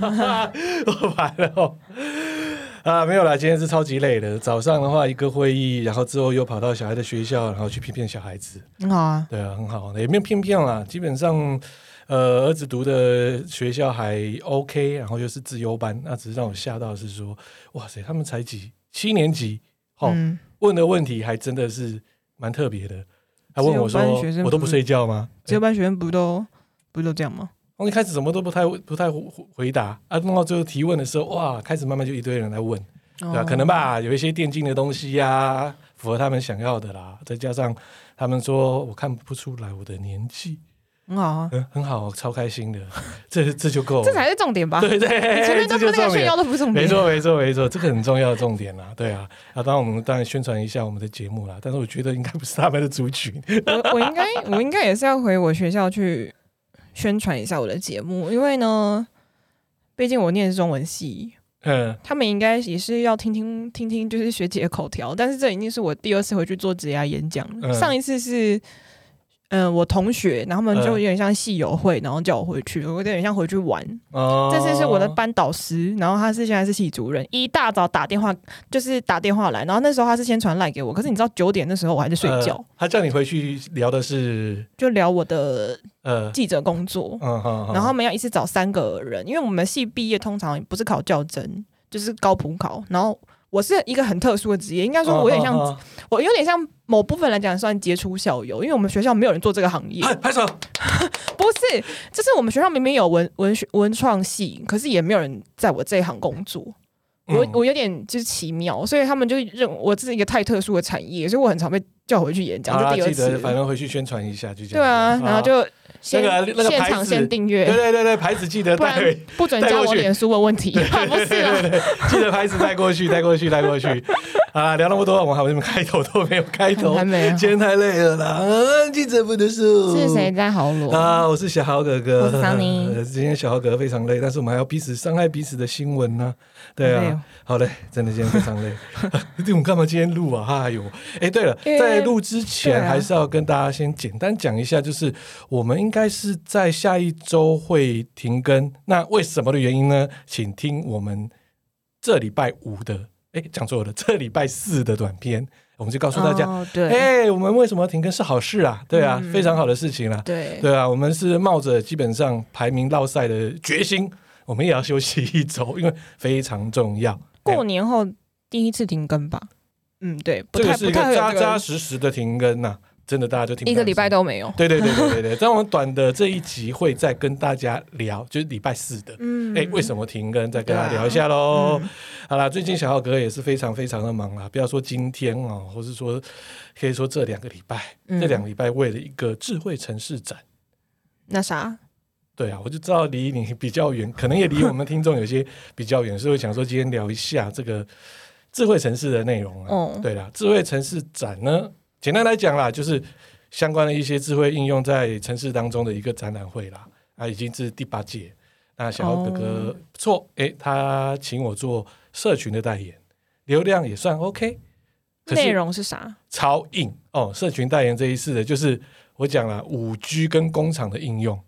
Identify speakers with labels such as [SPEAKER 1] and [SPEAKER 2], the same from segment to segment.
[SPEAKER 1] 我 完了、哦。啊，没有啦，今天是超级累的。早上的话，一个会议，然后之后又跑到小孩的学校，然后去骗骗小孩子。
[SPEAKER 2] 很好啊，
[SPEAKER 1] 对啊，很好，也没有骗骗啦。基本上，呃，儿子读的学校还 OK，然后又是自优班，那只是让我吓到的是说，哇塞，他们才几七年级，哦，
[SPEAKER 2] 嗯，
[SPEAKER 1] 问的问题还真的是蛮特别的。还问我说
[SPEAKER 2] 自由班学生：“不
[SPEAKER 1] 我都不睡觉吗？”哎
[SPEAKER 2] 自由班学生不都不都这样吗？
[SPEAKER 1] 我一开始什么都不太不太回回答啊，弄到最后提问的时候，哇，开始慢慢就一堆人来问，对吧、啊
[SPEAKER 2] 哦
[SPEAKER 1] 可能，吧，有一些电竞的东西呀、符合他们想要的啦。再加上他们说我看不出来我的年纪，
[SPEAKER 2] 很好啊，
[SPEAKER 1] 嗯，很好，超开心的， 这这就够了。
[SPEAKER 2] 这才是重点吧？
[SPEAKER 1] 哦 对对，
[SPEAKER 2] 你前面都
[SPEAKER 1] 这就
[SPEAKER 2] 不那个
[SPEAKER 1] 重
[SPEAKER 2] 炫
[SPEAKER 1] 点
[SPEAKER 2] 耀，都不是重点，
[SPEAKER 1] 没错没错没错，这个很重要的重点啦，对啊。啊，当然我们当然宣传一下我们的节目啦，但是我觉得应该不是他们的族群。
[SPEAKER 2] 我我应该我应该也是要回我学校去宣传一下我的节目，因为呢，毕竟我念的是中文系，
[SPEAKER 1] 嗯，
[SPEAKER 2] 他们应该也是要听听听听就是学姐的口条。但是这已经是我第二次回去做职涯演讲了，
[SPEAKER 1] 嗯
[SPEAKER 2] 上一次是。嗯、我同学，然后他们
[SPEAKER 1] 嗯
[SPEAKER 2] 就有点像系友会，然后叫我回去，我有点像回去玩。
[SPEAKER 1] 哦，
[SPEAKER 2] 这次是我的班导师，然后他是现在是系主任，一大早打电话就是打电话来，然后那时候他是先传赖给我，可是你知道九点那时候我还在睡觉，
[SPEAKER 1] 呃他叫你回去聊的是
[SPEAKER 2] 就聊我的
[SPEAKER 1] 呃，
[SPEAKER 2] 记者工作，
[SPEAKER 1] 嗯好，好
[SPEAKER 2] 然后他们要一次找三个人，因为我们系毕业通常不是考教甄，就是高普考。然后我是一个很特殊的职业，应该说我有点像，
[SPEAKER 1] 哦哦
[SPEAKER 2] 我有点像某部分来讲算杰出校友，因为我们学校没有人做这个行业
[SPEAKER 1] 哦，拍拍手，
[SPEAKER 2] 不是，就是我们学校明明有文文学文创系，可是也没有人在我这一行工作。我
[SPEAKER 1] 嗯
[SPEAKER 2] 我有点就是奇妙，所以他们就认我这是一个太特殊的产业，所以我很常被叫回去演讲，
[SPEAKER 1] 好啦
[SPEAKER 2] 这第二
[SPEAKER 1] 记得
[SPEAKER 2] 次。
[SPEAKER 1] 反正回去宣传一下，就这
[SPEAKER 2] 对
[SPEAKER 1] 样
[SPEAKER 2] 啊，
[SPEAKER 1] 子。
[SPEAKER 2] 然后
[SPEAKER 1] 啊
[SPEAKER 2] 就先、
[SPEAKER 1] 那个那个
[SPEAKER 2] 现
[SPEAKER 1] 牌
[SPEAKER 2] 场
[SPEAKER 1] 子
[SPEAKER 2] 先订阅，
[SPEAKER 1] 对对对对，牌子记得
[SPEAKER 2] 不
[SPEAKER 1] 带
[SPEAKER 2] 然，不准加我脸书问问题，啊不是
[SPEAKER 1] 对
[SPEAKER 2] 啦，
[SPEAKER 1] 对对，记得牌子带过去，带过去，带过去。 啊，聊那么多，我们还没开头都没有开头
[SPEAKER 2] 还，没有。
[SPEAKER 1] 今天太累了啦。啊，记者不读书
[SPEAKER 2] 啊是谁？在豪罗？
[SPEAKER 1] 啊，我是小豪哥哥，
[SPEAKER 2] 我是桑尼
[SPEAKER 1] 呃 今天小豪哥哥非常累，但是我们还要彼此伤害彼此的新闻呢、对
[SPEAKER 2] 好累哦
[SPEAKER 1] 啊，好嘞，真的今天非常累。 哎我们干嘛今天录啊？哎呦，哎，对了，
[SPEAKER 2] 因为
[SPEAKER 1] 在录之前
[SPEAKER 2] 对啊
[SPEAKER 1] 还是要跟大家先简单讲一下，就是我们应该是在下一周会停更。那为什么的原因呢？请听我们这礼拜五的，哎，讲错了，这礼拜四的短片，我们就告诉大家。
[SPEAKER 2] 哦对
[SPEAKER 1] 哎、我们为什么要停更是好事啊？对啊，
[SPEAKER 2] 嗯
[SPEAKER 1] 非常好的事情啦、
[SPEAKER 2] 对，
[SPEAKER 1] 对啊，我们是冒着基本上排名落赛的决心，我们也要休息一周，因为非常重要。
[SPEAKER 2] 过年后第一次停更吧？嗯，对，不
[SPEAKER 1] 这个
[SPEAKER 2] 太
[SPEAKER 1] 是
[SPEAKER 2] 不
[SPEAKER 1] 一个
[SPEAKER 2] 太会有
[SPEAKER 1] 扎
[SPEAKER 2] 这
[SPEAKER 1] 扎
[SPEAKER 2] 个
[SPEAKER 1] 实实的停更呐、真的大家就听不
[SPEAKER 2] 一个礼拜
[SPEAKER 1] 到
[SPEAKER 2] 都没有。
[SPEAKER 1] 声音。对对对对对对，在我们短的这一集会再跟大家聊，就是礼拜四的。
[SPEAKER 2] 嗯
[SPEAKER 1] 哎、为什么停更？再跟大家
[SPEAKER 2] 对啊
[SPEAKER 1] 聊一下喽。
[SPEAKER 2] 嗯
[SPEAKER 1] 好啦，最近小浩哥也是非常非常的忙啊啦，不要说今天哦，或是说可以说这两个礼拜，
[SPEAKER 2] 嗯
[SPEAKER 1] 这两个礼拜为了一个智慧城市展。
[SPEAKER 2] 那啥？
[SPEAKER 1] 对啊，我就知道离你比较远，可能也离我们听众有些比较远，所以我想说今天聊一下这个智慧城市的内容啊。
[SPEAKER 2] 哦
[SPEAKER 1] 对啦，智慧城市展呢，简单来讲啦，就是相关的一些智慧应用在城市当中的一个展览会啦。啊，已经是第八届。那小豪哥哥
[SPEAKER 2] 哦
[SPEAKER 1] 不错，诶、他请我做社群的代言，流量也算 OK，可
[SPEAKER 2] 内
[SPEAKER 1] 是
[SPEAKER 2] 容是啥？
[SPEAKER 1] 超硬哦。社群代言这一次的就是我讲了五 G 跟工厂的应用。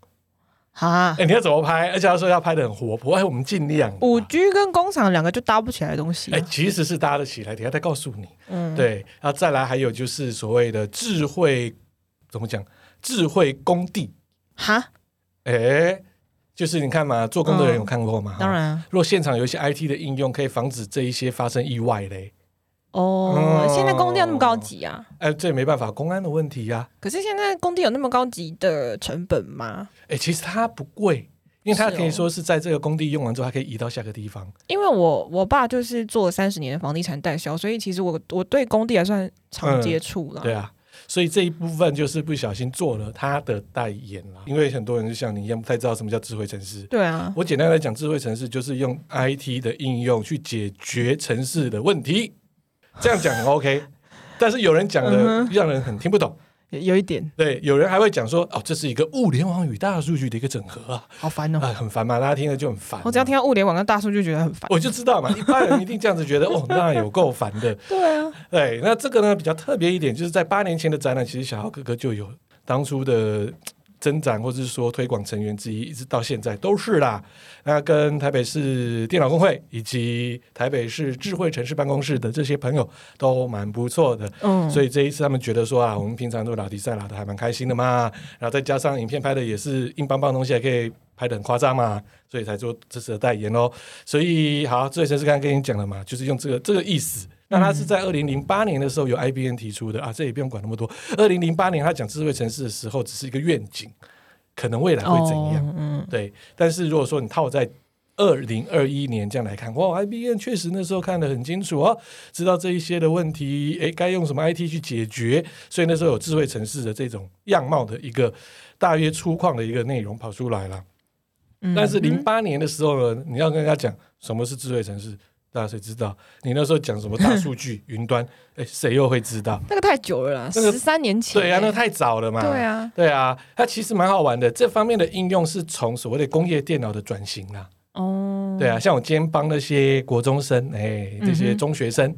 [SPEAKER 2] 啊
[SPEAKER 1] 哎、？你要怎么拍？而且他说要拍的很活泼，哎，我们尽量啦
[SPEAKER 2] 五 G 跟工厂两个就搭不起来的东西啊
[SPEAKER 1] 哎、。其实是搭得起来，等一下再告诉你。
[SPEAKER 2] 嗯，
[SPEAKER 1] 对，然后再来还有就是所谓的智慧，怎么讲？智慧工地，
[SPEAKER 2] 哈，
[SPEAKER 1] 哎、就是你看嘛，做工的人
[SPEAKER 2] 嗯
[SPEAKER 1] 有看过嘛？
[SPEAKER 2] 当。然啊
[SPEAKER 1] 如果现场有一些 IT 的应用，可以防止这一些发生意外嘞。
[SPEAKER 2] 哦
[SPEAKER 1] 哦，
[SPEAKER 2] 现在工地要那么高级啊？
[SPEAKER 1] 哎、这没办法，公安的问题呀、
[SPEAKER 2] 可是现在工地有那么高级的成本吗？
[SPEAKER 1] 哎、其实它不贵，因为它
[SPEAKER 2] 是哦
[SPEAKER 1] 可以说是在这个工地用完之后，它可以移到下个地方。
[SPEAKER 2] 因为我我爸就是做三十年的房地产代销，所以其实我我对工地还算常接触啦。
[SPEAKER 1] 对啊，所以这一部分就是不小心做了他的代言啦。因为很多人就像你一样，不太知道什么叫智慧城市。
[SPEAKER 2] 对啊，
[SPEAKER 1] 我简单来讲，智慧城市就是用 IT 的应用去解决城市的问题。这样讲很 OK，但 是有人讲的
[SPEAKER 2] 嗯哼
[SPEAKER 1] 让人很听不懂。
[SPEAKER 2] 有有一点
[SPEAKER 1] 对，有人还会讲说，哦，这是一个物联网与大数据的一个整合啊，
[SPEAKER 2] 好烦
[SPEAKER 1] 啊、
[SPEAKER 2] 哦、
[SPEAKER 1] 很烦嘛，大家听了就很烦嘛。
[SPEAKER 2] 我只要听到物联网跟大数据，觉得很烦。
[SPEAKER 1] 我就知道嘛，一般人一定这样子觉得，哦，那有够烦的。
[SPEAKER 2] 对啊，
[SPEAKER 1] 对，那这个呢比较特别一点，就是在八年前的展览，其实小豪哥哥就有当初的嘖增长或者是说推广成员之一，一直到现在都是啦。那跟台北市电脑工会以及台北市智慧城市办公室的这些朋友都蛮不错的，
[SPEAKER 2] 嗯，
[SPEAKER 1] 所以这一次他们觉得说啊，我们平常都打比赛打的还蛮开心的嘛，然后再加上影片拍的也是硬邦邦的东西，还可以拍的很夸张嘛，所以才做这次的代言咯。所以好，这城市刚刚跟你讲了嘛，就是用这个这个意思。那它是在二零零八年的时候由 IBN 提出的啊，这也不用管那么多。二零零八年他讲智慧城市的时候，只是一个愿景，可能未来会怎样？
[SPEAKER 2] 哦？嗯，
[SPEAKER 1] 对，但是如果说你套在二零二一年这样来看，哇，IBM 确实那时候看得很清楚哦，知道这一些的问题，诶，该用什么 IT 去解决，所以那时候有智慧城市的这种样貌的一个大约粗犷的一个内容跑出来了。
[SPEAKER 2] 嗯
[SPEAKER 1] 但是零
[SPEAKER 2] 嗯
[SPEAKER 1] 八年的时候呢，你要跟他讲什么是智慧城市，大家谁知道？你那时候讲什么大数据、云端， 诶，谁又会知道？
[SPEAKER 2] 那个太久了啦，
[SPEAKER 1] 那个
[SPEAKER 2] 十三年前，
[SPEAKER 1] 对啊，那太早了嘛。
[SPEAKER 2] 对啊，
[SPEAKER 1] 对啊，它其实蛮好玩的。这方面的应用是从所谓的工业电脑的转型啦、
[SPEAKER 2] 哦，
[SPEAKER 1] 对啊，，像我今天帮那些国中生，哎、这
[SPEAKER 2] 嗯
[SPEAKER 1] 些
[SPEAKER 2] 哼
[SPEAKER 1] 中学生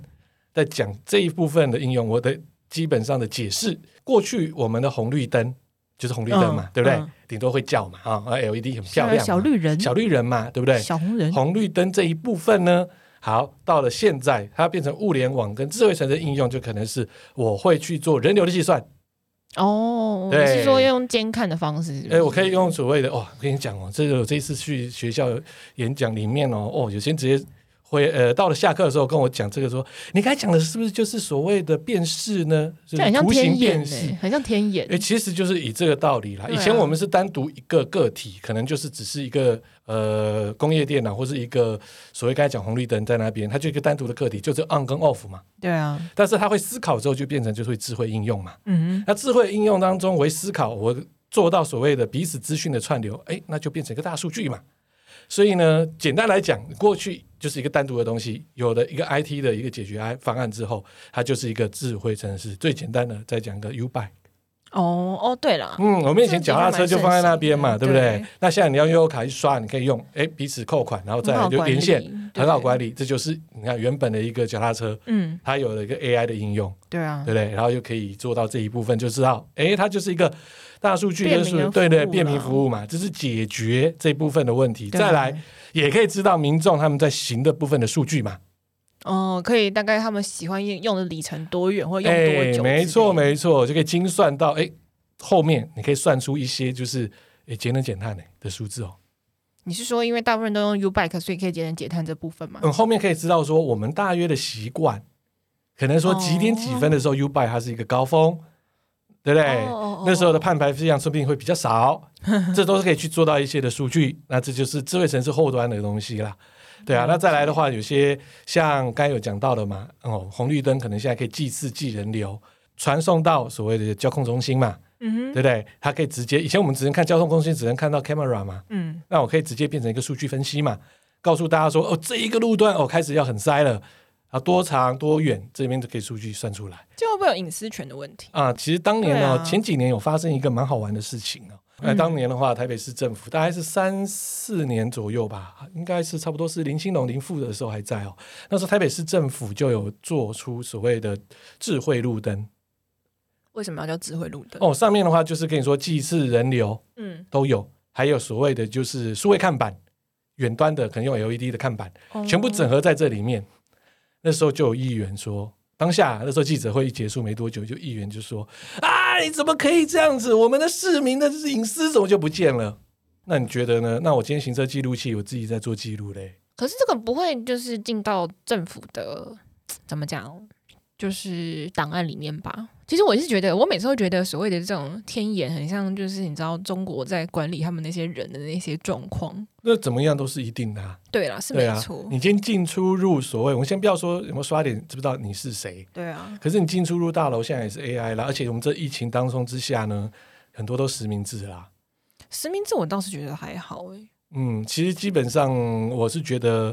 [SPEAKER 1] 在讲这一部分的应用，我的基本上的解释，过去我们的红绿灯就是红绿灯嘛，
[SPEAKER 2] 嗯
[SPEAKER 1] 对不对
[SPEAKER 2] 嗯？
[SPEAKER 1] 顶、多会叫嘛，啊、l e d 很漂
[SPEAKER 2] 像
[SPEAKER 1] 亮嘛，
[SPEAKER 2] 小绿人，
[SPEAKER 1] 小绿人嘛，对不对？
[SPEAKER 2] 小红人，
[SPEAKER 1] 红绿灯这一部分呢，好，到了现在，它变成物联网跟智慧城市的应用，就可能是我会去做人流的计算，
[SPEAKER 2] 哦，
[SPEAKER 1] 对
[SPEAKER 2] 你是说用监看的方式是不是？
[SPEAKER 1] 哎、我可以用所谓的哦，我跟你讲哦，这个我这一次去学校演讲里面哦，哦，有些人直接会呃，到了下课的时候跟我讲这个说，你刚才讲的是不是就是所谓的辨识呢？就
[SPEAKER 2] 这
[SPEAKER 1] 是
[SPEAKER 2] 很像
[SPEAKER 1] 图形
[SPEAKER 2] 天
[SPEAKER 1] 辨
[SPEAKER 2] 眼
[SPEAKER 1] 识。
[SPEAKER 2] 欸，很像天眼
[SPEAKER 1] 哎、，其实就是以这个道理啦。
[SPEAKER 2] 对
[SPEAKER 1] 以
[SPEAKER 2] 啊
[SPEAKER 1] 前我们是单独一个个体，可能就是只是一个呃工业电脑或是一个所谓刚才讲红绿灯在那边，它就一个单独的个体，就是 on 跟 off 嘛。
[SPEAKER 2] 对啊，
[SPEAKER 1] 但是它会思考之后，就变成就是会智慧应用嘛。
[SPEAKER 2] 嗯，
[SPEAKER 1] 那智慧应用当中，我会思考，我做到所谓的彼此资讯的串流，哎，那就变成一个大数据嘛。所以呢，简单来讲，过去就是一个单独的东西，有了一个 IT 的一个解决方案之后，它就是一个智慧城市。最简单的，再讲个 U bike，
[SPEAKER 2] 哦哦，对了，
[SPEAKER 1] 嗯，我们以前脚踏车就放在那边嘛，
[SPEAKER 2] 这
[SPEAKER 1] 对
[SPEAKER 2] 个
[SPEAKER 1] 不对
[SPEAKER 2] 蛮神？
[SPEAKER 1] 那现在你要用悠游卡一刷，你可以用，哎，彼此扣款，然后再来就连线，
[SPEAKER 2] 很
[SPEAKER 1] 很好
[SPEAKER 2] 好管
[SPEAKER 1] 管理。
[SPEAKER 2] 理，
[SPEAKER 1] 这就是你看原本的一个脚踏车，
[SPEAKER 2] 对嗯，
[SPEAKER 1] 它有了一个 AI 的应用。
[SPEAKER 2] 对啊，
[SPEAKER 1] 对不对？然后又可以做到这一部分，就知道，哎，它就是一个大数据
[SPEAKER 2] 便
[SPEAKER 1] 的
[SPEAKER 2] 民的
[SPEAKER 1] 数，
[SPEAKER 2] 服务
[SPEAKER 1] 对对，
[SPEAKER 2] 啦
[SPEAKER 1] 便民服务嘛，这是解决这部分的问题。
[SPEAKER 2] 对啊
[SPEAKER 1] 再来，，也可以知道民众他们在行的部分的数据嘛，
[SPEAKER 2] 哦，可以大概他们喜欢用用的里程多远或用多
[SPEAKER 1] 哎
[SPEAKER 2] 久之类，的，
[SPEAKER 1] 没错没错，就可以精算到，哎，后面你可以算出一些就是，哎，节能减碳哎的数字哦。
[SPEAKER 2] 你是说因为大部分都用 U Bike，所以可以节能减碳这部分吗？
[SPEAKER 1] 嗯，后面可以知道说我们大约的习惯，可能说
[SPEAKER 2] 哦
[SPEAKER 1] 几点几分的时候 U bike 它是一个高峰，对不对？
[SPEAKER 2] 哦
[SPEAKER 1] 那时候的碳排放量说不定会比较少，这都是可以去做到一些的数据。那这就是智慧城市后端的东西啦。对啊，那再来的话，有些像刚才有讲到的嘛，哦，红绿灯可能现在可以计时计人流，传送到所谓的交控中心嘛，对
[SPEAKER 2] 嗯哼，
[SPEAKER 1] 不对？它可以直接，以前我们只能看交通中心，只能看到 camera 嘛，
[SPEAKER 2] 嗯，
[SPEAKER 1] 那我可以直接变成一个数据分析嘛，告诉大家说，哦，这一个路段哦开始要很塞了啊，多长多远，这边就可以数据算出来。
[SPEAKER 2] 这会不会有隐私权的问题？
[SPEAKER 1] 啊，其实当年
[SPEAKER 2] 对
[SPEAKER 1] 哦，
[SPEAKER 2] 啊
[SPEAKER 1] 前几年有发生一个蛮好玩的事情哦。那、
[SPEAKER 2] 嗯
[SPEAKER 1] 当年的话，台北市政府大概是三四年左右吧，应该是差不多是林兴龙林副的时候还在哦。那时候台北市政府就有做出所谓的智慧路灯
[SPEAKER 2] 为什么要叫智慧路灯？
[SPEAKER 1] 哦，上面的话就是跟你说祭祀人流
[SPEAKER 2] 嗯，
[SPEAKER 1] 都有，还有所谓的就是数位看板，远端的可能用 LED 的看板，全部整
[SPEAKER 2] 哦
[SPEAKER 1] 合在这里面。那时候就有议员说，当下那时候记者会一结束没多久，就议员就说：“啊，你怎么可以这样子？我们的市民的隐私怎么就不见了？”那你觉得呢？那我今天行车记录器，我自己在做记录嘞。
[SPEAKER 2] 可是这个不会就是进到政府的怎么讲，就是档案里面吧？其实我是觉得，我每次都觉得所谓的这种天眼，很像就是你知道中国在管理他们那些人的那些状况。
[SPEAKER 1] 那怎么样都是一定的、啊，
[SPEAKER 2] 对啦，是
[SPEAKER 1] 对
[SPEAKER 2] 没
[SPEAKER 1] 啊
[SPEAKER 2] 错。。
[SPEAKER 1] 你今天进出入所谓，我们先不要说有没有刷脸，知不知道你是谁？
[SPEAKER 2] 对啊，
[SPEAKER 1] 可是你进出入大楼现在也是 AI 啦，而且我们这疫情当中之下呢，很多都实名制啦。
[SPEAKER 2] 实名制我倒是觉得还好欸诶、
[SPEAKER 1] 嗯，其实基本上我是觉得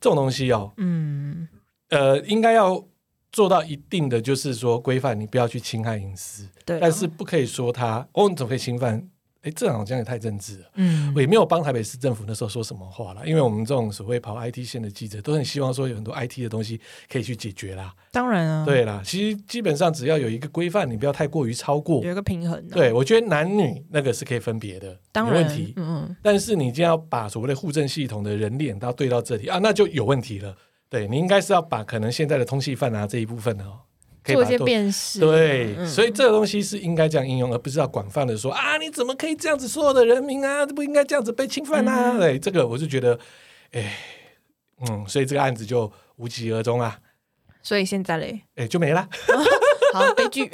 [SPEAKER 1] 这种东西哦，
[SPEAKER 2] 嗯，
[SPEAKER 1] 呃，应该要做到一定的，就是说规范，你不要去侵害隐私，
[SPEAKER 2] 对啊、
[SPEAKER 1] 但是不可以说他哦，你怎么可以侵犯哎，这好像也太政治了。
[SPEAKER 2] 嗯
[SPEAKER 1] 我，也没有帮台北市政府那时候说什么话啦，因为我们这种所谓跑 IT 线的记者，都很希望说有很多 IT 的东西可以去解决啦。
[SPEAKER 2] 当然啊，，
[SPEAKER 1] 对啦，其实基本上只要有一个规范，你不要太过于超过。
[SPEAKER 2] 有一个平衡、啊，，
[SPEAKER 1] 对，我觉得男女那个是可以分别的，
[SPEAKER 2] 当
[SPEAKER 1] 没
[SPEAKER 2] 然，
[SPEAKER 1] 问题。
[SPEAKER 2] 嗯嗯，
[SPEAKER 1] 但是你就要把所谓的户政系统的人脸到对到这里啊，那就有问题了。对你应该是要把可能现在的通缉犯啊这一部分哦，可以
[SPEAKER 2] 做
[SPEAKER 1] 把
[SPEAKER 2] 一些
[SPEAKER 1] 它
[SPEAKER 2] 辨识，
[SPEAKER 1] 对，
[SPEAKER 2] 嗯
[SPEAKER 1] 所以这个东西是应该这样应用，而不是要广泛的说啊，你怎么可以这样子所有的人民啊，不应该这样子被侵犯啊？
[SPEAKER 2] 嗯
[SPEAKER 1] 对，这个我就觉得，哎，嗯，所以这个案子就无疾而终啊，
[SPEAKER 2] 所以现在嘞，
[SPEAKER 1] 哎，就没啦。
[SPEAKER 2] 好 悲剧，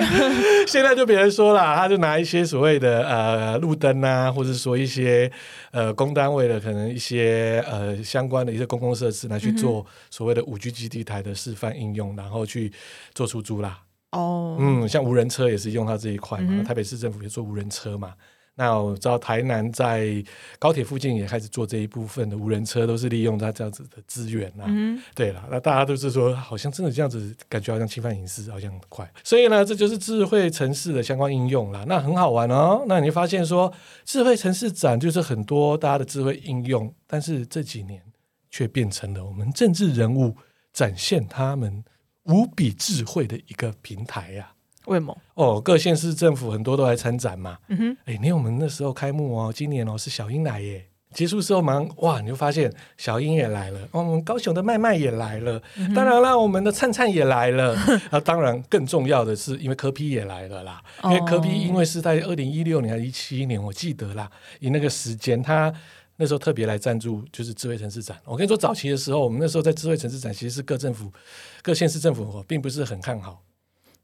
[SPEAKER 1] 现在就别人说了，他就拿一些所谓的呃路灯啊，或者说一些呃公单位的可能一些呃相关的一些公共设施拿去
[SPEAKER 2] 嗯
[SPEAKER 1] 做所谓的五 G 基地台的示范应用，然后去做出租啦。
[SPEAKER 2] 哦，
[SPEAKER 1] 嗯，像无人车也是用到这一块嘛，
[SPEAKER 2] 嗯哼
[SPEAKER 1] 台北市政府也做无人车嘛。那我知道台南在高铁附近也开始做这一部分的无人车，都是利用它这样子的资源啊啦。
[SPEAKER 2] 嗯
[SPEAKER 1] 对啦，那大家都是说，好像真的这样子，感觉好像侵犯隐私，好像很快。所以呢，这就是智慧城市的相关应用啦。那很好玩哦。那你会发现说，智慧城市展就是很多大家的智慧应用，但是这几年却变成了我们政治人物展现他们无比智慧的一个平台呀、
[SPEAKER 2] 为什么？
[SPEAKER 1] 哦，各县市政府很多都来参展嘛。
[SPEAKER 2] 嗯哼，
[SPEAKER 1] 哎，连我们那时候开幕哦，今年哦是小英来耶。结束之后忙哇，你就发现小英也来了，哦我们高雄的麦麦也来了，
[SPEAKER 2] 嗯
[SPEAKER 1] 当然啦，我们的灿灿也来了。 啊，当然更重要的是，因为柯 P 也来了啦，因为柯 P
[SPEAKER 2] 哦
[SPEAKER 1] 因为是在二零一六年还是一七年，我记得啦，以那个时间他。那时候特别来赞助就是智慧城市展。我跟你说，早期的时候，我们那时候在智慧城市展，其实是各政府、各县市政府哦并不是很看好，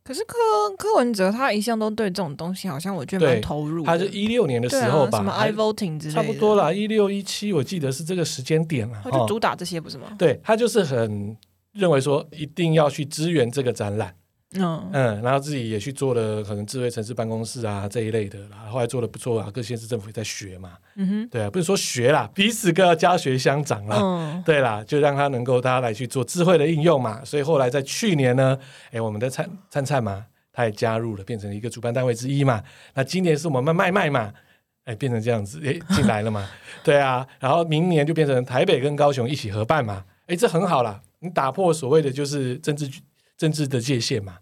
[SPEAKER 2] 可是柯柯文哲他一向都对这种东西，好像我觉得
[SPEAKER 1] 对
[SPEAKER 2] 蛮投入的，
[SPEAKER 1] 他是一六年的时
[SPEAKER 2] 对啊
[SPEAKER 1] 候吧，
[SPEAKER 2] 什么
[SPEAKER 1] 还
[SPEAKER 2] i voting 之类
[SPEAKER 1] 差
[SPEAKER 2] 的，
[SPEAKER 1] 不多，啦，一六一七我记得是这个时间点了、
[SPEAKER 2] 他
[SPEAKER 1] 哦
[SPEAKER 2] 就主打这些不是吗？
[SPEAKER 1] 对他就是很认为说一定要去支援这个展览，
[SPEAKER 2] 嗯，
[SPEAKER 1] 嗯，然后自己也去做了可能智慧城市办公室啊这一类的啦，后来做的不错啊，各县市政府也在学嘛，
[SPEAKER 2] 嗯
[SPEAKER 1] 对啊，不是说学啦，彼此各要教学相长
[SPEAKER 2] 哼，
[SPEAKER 1] 啦。
[SPEAKER 2] 嗯，
[SPEAKER 1] 对啦，就让他能够大家来去做智慧的应用嘛。所以后来在去年呢，哎，我们的灿灿灿嘛，他也加入了，变成一个主办单位之一嘛。那今年是我们麦麦麦嘛，哎，变成这样子，哎，进来了嘛。对啊，然后明年就变成台北跟高雄一起合办嘛。哎，这很好啦，你打破所谓的就是政治政治的界限嘛。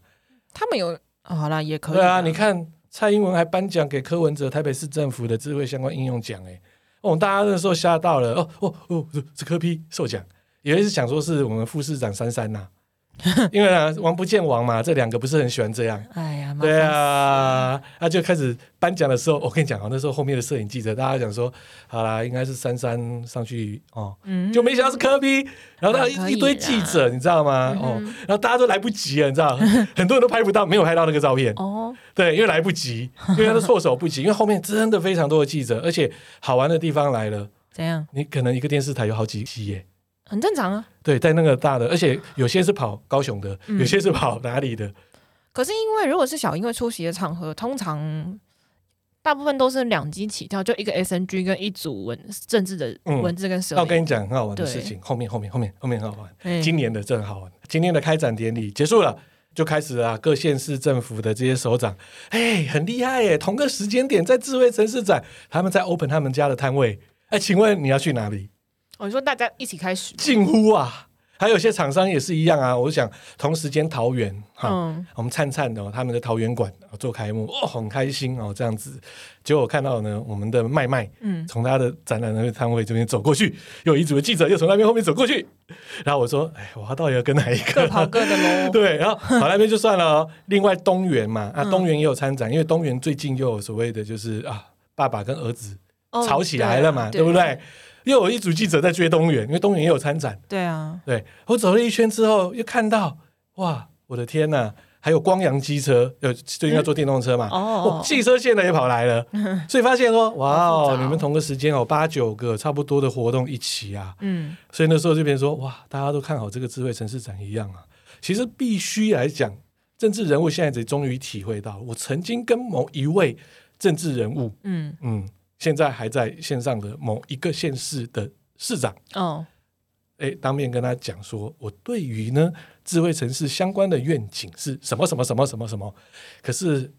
[SPEAKER 2] 他们有、哦好啦，也可以
[SPEAKER 1] 对啊，你看蔡英文还颁奖给柯文哲台北市政府的智慧相关应用奖，哎，哦，大家那时候吓到了，哦哦哦，这这柯批受奖，以为是想说是我们副市长珊珊 呐、因为啊王不见王嘛，这两个不是很喜欢这样。
[SPEAKER 2] 哎呀，麻烦
[SPEAKER 1] 对，啊，他就开始颁奖的时候，我跟你讲啊，那时候后面的摄影记者大家讲说，好啦，应该是珊珊上去哦，
[SPEAKER 2] 嗯，
[SPEAKER 1] 就没想到是科比，然后他
[SPEAKER 2] 啊可以
[SPEAKER 1] 一一堆记者，你知道吗？哦
[SPEAKER 2] 嗯，
[SPEAKER 1] 然后大家都来不及了，你知道，很多人都拍不到，没有拍到那个照片。
[SPEAKER 2] 哦，
[SPEAKER 1] 对，因为来不及，因为他的措手不及，因为后面真的非常多的记者，而且好玩的地方来了，
[SPEAKER 2] 怎样？
[SPEAKER 1] 你可能一个电视台有好几期耶。
[SPEAKER 2] 很正常啊。
[SPEAKER 1] 对，在那个大的，而且有些是跑高雄的，
[SPEAKER 2] 嗯
[SPEAKER 1] 有些是跑哪里的，
[SPEAKER 2] 可是因为如果是小英会出席的场合，通常大部分都是两机起跳，就一个 SNG 跟一组文政治的
[SPEAKER 1] 嗯
[SPEAKER 2] 文字跟摄
[SPEAKER 1] 那我
[SPEAKER 2] 影。
[SPEAKER 1] 跟你讲很好玩的事
[SPEAKER 2] 对
[SPEAKER 1] 情，后面后面后面后面很好玩。
[SPEAKER 2] 哎
[SPEAKER 1] 今年的真好玩，今天的开展典礼结束了。就开始啊，各县市政府的这些首长，哎，很厉害耶！同个时间点在智慧城市展，他们在 open 他们家的摊位。哎，请问你要去哪里？
[SPEAKER 2] 我说大家一起开始，
[SPEAKER 1] 近乎啊！还有些厂商也是一样啊。我想同时间桃园哈，
[SPEAKER 2] 嗯，
[SPEAKER 1] 我们灿灿的、哦、他们的桃园馆、哦做开幕，哦，很开心哦，这样子。结果我看到呢，我们的麦麦，
[SPEAKER 2] 嗯，
[SPEAKER 1] 从他的展览那个摊位这边走过去，有一组的记者又从那边后面走过去，然后我说，哎，我要到底要跟哪一
[SPEAKER 2] 各
[SPEAKER 1] 个？。
[SPEAKER 2] 跑各的 喽
[SPEAKER 1] 对，然后跑那边就算了、哦。另外东园嘛，
[SPEAKER 2] 嗯
[SPEAKER 1] 啊，东园也有参展，因为东园最近又有所谓的就是啊，爸爸跟儿子
[SPEAKER 2] 哦
[SPEAKER 1] 吵起来了嘛，对不？
[SPEAKER 2] 啊
[SPEAKER 1] 对？又有一组记者在追东园，因为东园也有参展。
[SPEAKER 2] 对啊，
[SPEAKER 1] 对我走了一圈之后，又看到哇，我的天呐！还有光阳机车，有最近要做电动车嘛？
[SPEAKER 2] 哦
[SPEAKER 1] 哦，汽车线的也跑来 了，所以发现说，哇
[SPEAKER 2] 好复
[SPEAKER 1] 哦，
[SPEAKER 2] 杂哦
[SPEAKER 1] 你们同个时间哦，八九个差不多的活动一起啊，
[SPEAKER 2] 嗯，
[SPEAKER 1] 所以那时候就变成说，哇，大家都看好这个智慧城市展一样啊。其实必须来讲，政治人物现在才终于体会到，我曾经跟某一位政治人物，
[SPEAKER 2] 嗯，
[SPEAKER 1] 嗯，现在还在线上的某一个县市的市长。
[SPEAKER 2] 哦，
[SPEAKER 1] 哎，当面跟他讲说，我对于呢智慧城市相关的愿景是什么什么什么什么什么，可是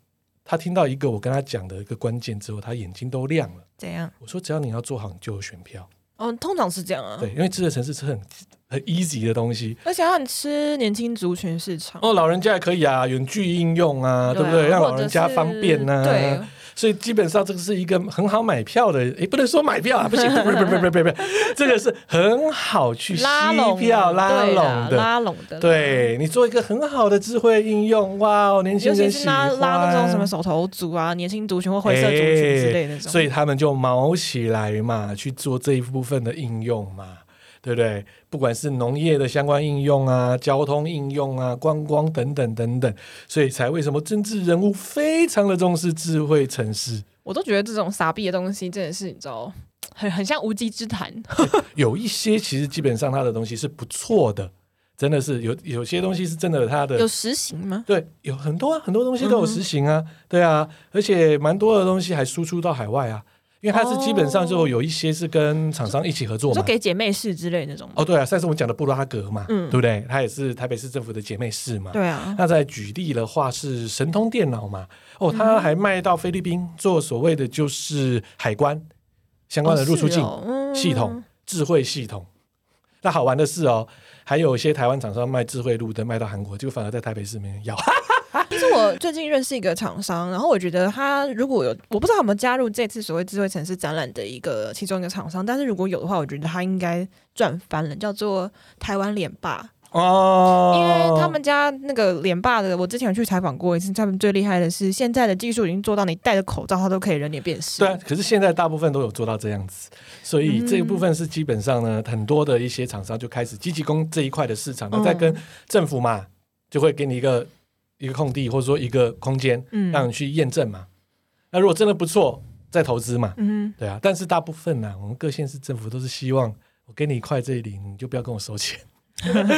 [SPEAKER 1] 他听到一个我跟他讲的一个关键之后，他眼睛都亮了。
[SPEAKER 2] 怎样？
[SPEAKER 1] 我说只要你要做好，你就有选票。
[SPEAKER 2] 哦，通常是这样啊。
[SPEAKER 1] 对，因为智慧城市是很很 easy 的东西。
[SPEAKER 2] 而且它很吃年轻族群市场，
[SPEAKER 1] 哦，老人家也可以啊，远距应用啊，对不对？
[SPEAKER 2] 啊
[SPEAKER 1] 让
[SPEAKER 2] 或
[SPEAKER 1] 老
[SPEAKER 2] 者
[SPEAKER 1] 人家
[SPEAKER 2] 是
[SPEAKER 1] 方便啊。
[SPEAKER 2] 对，
[SPEAKER 1] 所以基本上这个是一个很好买票的，也不能说买票啊，不行，不不不不不不，这个是很好去吸
[SPEAKER 2] 拉拢
[SPEAKER 1] 票拉
[SPEAKER 2] 对
[SPEAKER 1] 拢
[SPEAKER 2] 啦
[SPEAKER 1] 的。
[SPEAKER 2] 拉拢的啦，
[SPEAKER 1] 对你做一个很好的智慧应用，哇哦，年轻
[SPEAKER 2] 尤
[SPEAKER 1] 人
[SPEAKER 2] 其
[SPEAKER 1] 喜
[SPEAKER 2] 是
[SPEAKER 1] 欢
[SPEAKER 2] 拉拉那种什么手头族啊、年轻族群或灰色族群之类的那
[SPEAKER 1] 哎
[SPEAKER 2] 种，
[SPEAKER 1] 所以他们就毛起来嘛，去做这一部分的应用嘛，对不对？不管是农业的相关应用啊、交通应用啊、观光等等等等，所以才为什么政治人物非常的重视智慧城市。
[SPEAKER 2] 我都觉得这种傻逼的东西真的是你知道，很很像无稽之谈。
[SPEAKER 1] 有一些其实基本上它的东西是不错的，真的是有有些东西是真的它的
[SPEAKER 2] 有实行吗？
[SPEAKER 1] 对，有很多啊，很多东西都
[SPEAKER 2] 嗯
[SPEAKER 1] 有实行啊，对啊，而且蛮多的东西还输出到海外啊，因为它是基本上就有一些是跟厂商一起合作
[SPEAKER 2] 哦就
[SPEAKER 1] 嘛。
[SPEAKER 2] 给姐妹市之类那种吗？
[SPEAKER 1] 哦，对啊，上次我们讲的布拉格嘛，
[SPEAKER 2] 嗯
[SPEAKER 1] 对不对？它也是台北市政府的姐妹市嘛。
[SPEAKER 2] 对啊，
[SPEAKER 1] 那再举例的话是神通电脑嘛，哦，
[SPEAKER 2] 嗯
[SPEAKER 1] 它还卖到菲律宾做所谓的就是海关相关的入出境
[SPEAKER 2] 哦是哦嗯
[SPEAKER 1] 系统、智慧系统。那好玩的是哦，还有一些台湾厂商卖智慧路灯卖到韩国，就反而在台北市没人要。
[SPEAKER 2] 其实我最近认识一个厂商，然后我觉得他如果有，我不知道有没有加入这次所谓智慧城市展览的一个其中一个厂商，但是如果有的话，我觉得他应该赚翻了，叫做台湾联霸，
[SPEAKER 1] 哦，
[SPEAKER 2] 因为他们家那个联霸的，我之前有去采访过一次，他们最厉害的是现在的技术已经做到你戴着口罩，它都可以人脸辨识。
[SPEAKER 1] 对啊，可是现在大部分都有做到这样子，所以
[SPEAKER 2] 嗯
[SPEAKER 1] 这一部分是基本上呢，很多的一些厂商就开始积极攻这一块的市场，那
[SPEAKER 2] 嗯
[SPEAKER 1] 再跟政府嘛，就会给你一个一个空地或者说一个空间，
[SPEAKER 2] 嗯
[SPEAKER 1] 让你去验证嘛。那如果真的不错，再投资嘛，
[SPEAKER 2] 嗯，
[SPEAKER 1] 对啊。但是大部分呢、我们各县市政府都是希望我给你一块这里，你就不要跟我收钱。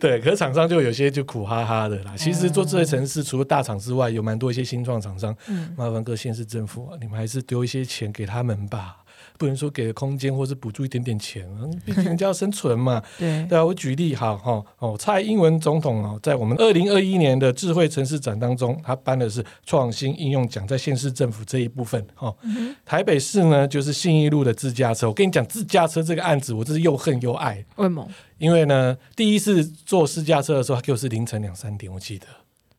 [SPEAKER 1] 对，可是厂商就有些就苦哈哈的啦。其实做智慧城市，除了大厂之外，有蛮多一些新创厂商，
[SPEAKER 2] 嗯
[SPEAKER 1] 麻烦各县市政府、啊，你们还是丢一些钱给他们吧，不能说给了空间或是补助一点点钱，嗯毕竟人家要生存嘛。
[SPEAKER 2] 对，
[SPEAKER 1] 对啊，我举例哈哈哦，蔡英文总统哦，在我们二零二一年的智慧城市展当中，他颁的是创新应用奖，在县市政府这一部分哦。
[SPEAKER 2] 嗯
[SPEAKER 1] 台北市呢，就是信义路的自驾车。我跟你讲，自驾车这个案子，我真是又恨又爱，
[SPEAKER 2] 为什么？
[SPEAKER 1] 因为呢，第一次坐私驾车的时候，他给我是凌晨两三点，我记得，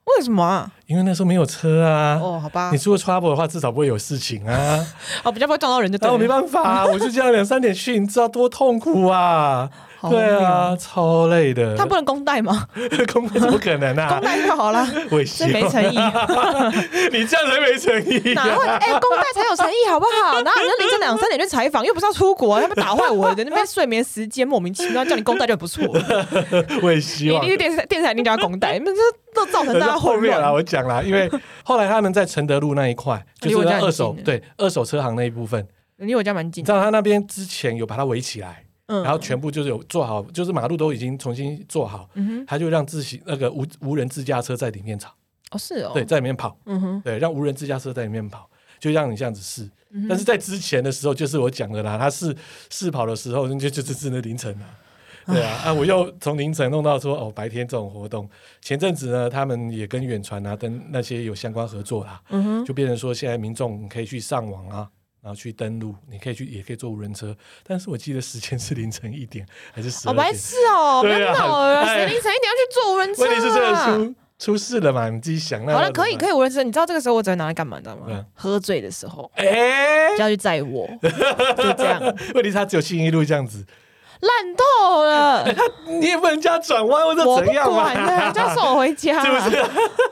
[SPEAKER 2] 为什么啊？
[SPEAKER 1] 因为那时候没有车啊。
[SPEAKER 2] 哦，好吧
[SPEAKER 1] 你，出了 trouble 的话，至少不会有事情啊。
[SPEAKER 2] 哦，比较不会撞到人就对
[SPEAKER 1] 那
[SPEAKER 2] 了。
[SPEAKER 1] 我没办法、啊，我就这样两三点去，你知道多痛苦啊？
[SPEAKER 2] 好无
[SPEAKER 1] 对啊，
[SPEAKER 2] 聊，
[SPEAKER 1] 超累的。
[SPEAKER 2] 他不能公 带吗？
[SPEAKER 1] 公费怎么可能
[SPEAKER 2] 公
[SPEAKER 1] 啊？
[SPEAKER 2] 带就好啦，
[SPEAKER 1] 我
[SPEAKER 2] 真没诚意。
[SPEAKER 1] 你这样才没诚 意、
[SPEAKER 2] 哪
[SPEAKER 1] 啊。
[SPEAKER 2] 会？哎、公带才有诚意好不好？哪有人凌晨两三点去采访，又不是要出国，他们打坏我的那边睡眠时间，莫名其妙叫你公带就很 不错了。
[SPEAKER 1] 我也希
[SPEAKER 2] 你
[SPEAKER 1] 望
[SPEAKER 2] 你。电视台电视台一定叫他公带，那这都造成
[SPEAKER 1] 可是
[SPEAKER 2] 大家啊
[SPEAKER 1] 后
[SPEAKER 2] 混
[SPEAKER 1] 面啦，
[SPEAKER 2] 乱。
[SPEAKER 1] 我讲啦，因 为后来他们在承德路那一块，就
[SPEAKER 2] 离我
[SPEAKER 1] 是
[SPEAKER 2] 家
[SPEAKER 1] 那
[SPEAKER 2] 很
[SPEAKER 1] 二手
[SPEAKER 2] 近的
[SPEAKER 1] 对二手车行那一部分，
[SPEAKER 2] 离我家蛮近
[SPEAKER 1] 你知
[SPEAKER 2] 的，
[SPEAKER 1] 道他那边之前有把它围起来，
[SPEAKER 2] 嗯
[SPEAKER 1] 然后全部就是有做好，就是马路都已经重新做好，
[SPEAKER 2] 嗯哼，
[SPEAKER 1] 他就让自行那个无无人自驾车在里面跑，
[SPEAKER 2] 哦是 哦，
[SPEAKER 1] 对，，在里面跑，
[SPEAKER 2] 嗯哼，
[SPEAKER 1] 对，让无人自驾车在里面跑，就让你这样子试。
[SPEAKER 2] 嗯哼
[SPEAKER 1] 但是在之前的时候，就是我讲的啦，他试试跑的时候，就就就真的凌晨啊。对啊，啊，我又从凌晨弄到说哦，白天这种活动。前阵子呢，他们也跟远传啊，跟那些有相关合作啦，
[SPEAKER 2] 嗯哼，
[SPEAKER 1] 就变成说现在民众你可以去上网啊，然后去登录，你可以去也可以坐无人车，但是我记得时间是凌晨一点还是十
[SPEAKER 2] 哦
[SPEAKER 1] 二
[SPEAKER 2] 白
[SPEAKER 1] 点。
[SPEAKER 2] 痴哦，不
[SPEAKER 1] 对啊
[SPEAKER 2] 要闹了，
[SPEAKER 1] 哎
[SPEAKER 2] 谁凌晨一点要去坐无人车
[SPEAKER 1] 问题是这个
[SPEAKER 2] 啊？
[SPEAKER 1] 出出事了嘛？你自己想那
[SPEAKER 2] 好了，可以可
[SPEAKER 1] 以，
[SPEAKER 2] 以，无人车，你知道这个时候我只会拿来干嘛，你知道吗
[SPEAKER 1] 嗯？
[SPEAKER 2] 喝醉的时候。
[SPEAKER 1] 哎、
[SPEAKER 2] 就要去载我， 就这样
[SPEAKER 1] 问题是他只有信义路这样子，
[SPEAKER 2] 烂透了，
[SPEAKER 1] 你也不能叫他转弯或
[SPEAKER 2] 我
[SPEAKER 1] 者
[SPEAKER 2] 不
[SPEAKER 1] 怎样嘛
[SPEAKER 2] 管？了，就要送我回 家，
[SPEAKER 1] 是不是？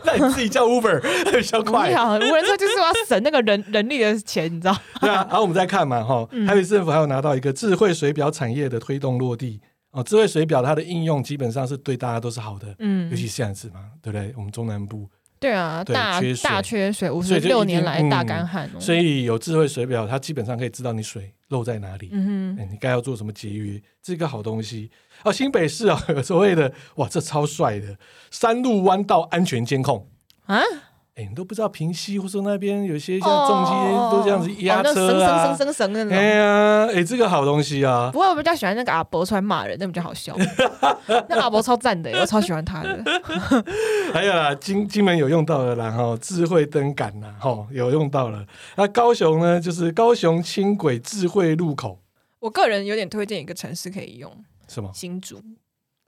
[SPEAKER 1] 那你自己叫 Uber 比较
[SPEAKER 2] 不
[SPEAKER 1] 快，
[SPEAKER 2] 要，无人车就是要省那个人人力的钱，你知道？
[SPEAKER 1] 对啊。然后我们再看嘛，哈，
[SPEAKER 2] 嗯
[SPEAKER 1] 台北市政府还有拿到一个智慧水表产业的推动落地哦，智慧水表它的应用基本上是对大家都是好的，
[SPEAKER 2] 嗯
[SPEAKER 1] 尤，其是这样子嘛，对不对？我们中南部，
[SPEAKER 2] 对啊，
[SPEAKER 1] 对
[SPEAKER 2] 大
[SPEAKER 1] 缺水
[SPEAKER 2] 大缺水，五
[SPEAKER 1] 所以就
[SPEAKER 2] 十
[SPEAKER 1] 一定
[SPEAKER 2] 六年来
[SPEAKER 1] 嗯
[SPEAKER 2] 大干旱哦，
[SPEAKER 1] 所以有智慧水表，它基本上可以知道你水漏在哪里。
[SPEAKER 2] 嗯哼，
[SPEAKER 1] 哎你该要做什么节约，这个好东西哦。新北市啊，有所谓的哇，这超帅的山路弯道安全监控，
[SPEAKER 2] 啊，
[SPEAKER 1] 哎、你都不知道平溪或者那边有些像重机都这样子压车
[SPEAKER 2] 哦
[SPEAKER 1] 啊
[SPEAKER 2] 那，种绳绳绳绳绳的那
[SPEAKER 1] 哎
[SPEAKER 2] 种。
[SPEAKER 1] 呀，哎，这个好东西啊，
[SPEAKER 2] 不过我比较喜欢那个阿伯出来骂人，那比较好 笑。那阿伯超赞的，我超喜欢他的。
[SPEAKER 1] 还有啦，金金门有用到的啦，哈，智慧灯杆啦，哈，有用到了。那高雄呢，就是高雄轻轨智慧路口，
[SPEAKER 2] 我个人有点推荐一个城市可以用
[SPEAKER 1] 什么？
[SPEAKER 2] 新竹，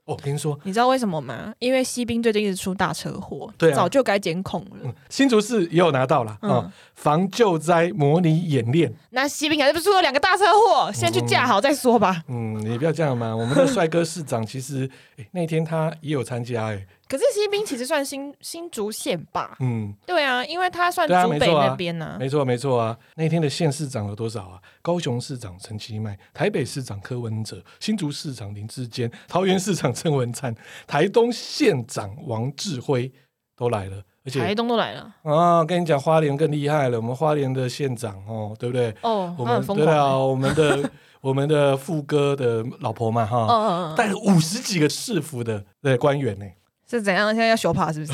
[SPEAKER 1] 我、跟你说，
[SPEAKER 2] 你知道为什么吗？因为西滨最近一直出大车祸，
[SPEAKER 1] 对啊
[SPEAKER 2] 早就该监控了
[SPEAKER 1] 嗯。新竹市也有拿到啦。啊、
[SPEAKER 2] 嗯
[SPEAKER 1] 防救灾模拟演练。
[SPEAKER 2] 那西滨还是不是出了两个大车祸，先去架好再说吧。
[SPEAKER 1] 嗯，你不要这样嘛。我们的帅哥市长其实，哎，那天他也有参加、哎，
[SPEAKER 2] 可是西滨其实算新新竹县 吧？
[SPEAKER 1] 嗯，
[SPEAKER 2] 对啊，因为它算
[SPEAKER 1] 对啊
[SPEAKER 2] 竹
[SPEAKER 1] 没
[SPEAKER 2] 北
[SPEAKER 1] 错啊
[SPEAKER 2] 那边呢、
[SPEAKER 1] 没错没错啊。那天的县市长有多少啊？高雄市长陈其迈，台北市长柯文哲，新竹市长林志坚，桃园市长郑文灿，台东县长王志辉都来了。而
[SPEAKER 2] 台
[SPEAKER 1] 且
[SPEAKER 2] 东都来了。
[SPEAKER 1] 啊，跟你讲，花莲更厉害了。我们花莲的县长哦，对不对？
[SPEAKER 2] 哦，
[SPEAKER 1] 我
[SPEAKER 2] 他
[SPEAKER 1] 们
[SPEAKER 2] 很疯
[SPEAKER 1] 对
[SPEAKER 2] 狂欸。
[SPEAKER 1] 啊，我们的 我们的副哥的老婆嘛
[SPEAKER 2] 嗯
[SPEAKER 1] 哈，
[SPEAKER 2] 嗯嗯嗯，
[SPEAKER 1] 带了五十几个市府的对官员呢、
[SPEAKER 2] 是怎样？现在要修怕 是不是？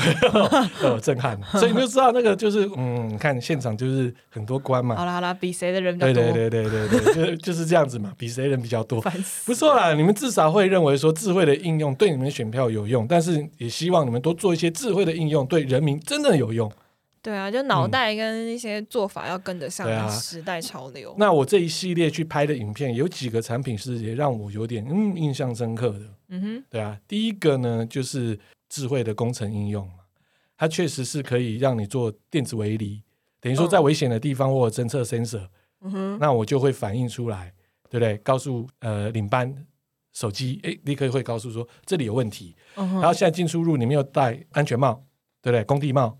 [SPEAKER 1] 呃，震 撼。所以你就知道那个就是，嗯，你看现场就是很多官嘛，
[SPEAKER 2] 好啦好啦，比谁的人比较
[SPEAKER 1] 对
[SPEAKER 2] 多，
[SPEAKER 1] 对对对对对，就是就是这样子嘛，比谁人比较多。
[SPEAKER 2] 烦死。
[SPEAKER 1] 不错啦，你们至少会认为说智慧的应用对你们选票有用，但是也希望你们多做一些智慧的应用，对人民真的有用。
[SPEAKER 2] 对啊，就脑袋跟一些做法要跟得上
[SPEAKER 1] 对啊
[SPEAKER 2] 时代潮流。
[SPEAKER 1] 那我这一系列去拍的影片，有几个产品是也让我有点嗯印象深刻的。
[SPEAKER 2] 嗯哼，
[SPEAKER 1] 对啊，第一个呢就是智慧的工程应用嘛，它确实是可以让你做电子围篱，等于说
[SPEAKER 2] 嗯
[SPEAKER 1] 在危险的地方我有侦测 sensor，、
[SPEAKER 2] 嗯 哼，
[SPEAKER 1] 那我就会反映出来，对不对？告诉呃领班手机，诶，立刻会告诉说这里有问题。
[SPEAKER 2] 嗯
[SPEAKER 1] 然后
[SPEAKER 2] 哼，
[SPEAKER 1] 现在进出入你没有戴安全帽，对不对？工地帽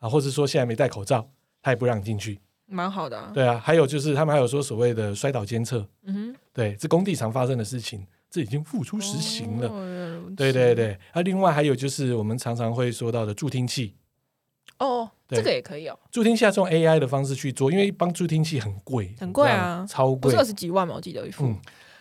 [SPEAKER 1] 啊，或者说现在没戴口罩，他也不让你进去。
[SPEAKER 2] 蛮好的、啊。
[SPEAKER 1] 对啊，还有就是他们还有说所谓的摔倒监测，
[SPEAKER 2] 嗯
[SPEAKER 1] 对，这工地常发生的事情，这已经付诸
[SPEAKER 2] 哼，
[SPEAKER 1] 实行了。
[SPEAKER 2] 哦原来如此
[SPEAKER 1] 对对。对，啊，另外还有就是我们常常会说到的助听器，
[SPEAKER 2] 哦，
[SPEAKER 1] 对
[SPEAKER 2] 这个也可以哦，
[SPEAKER 1] 助听器它是用 AI 的方式去做，因为一帮助听器很贵，
[SPEAKER 2] 很贵啊
[SPEAKER 1] 你知道吗超
[SPEAKER 2] 不
[SPEAKER 1] 贵
[SPEAKER 2] 是。二十几万吗？我记得有一副。
[SPEAKER 1] 嗯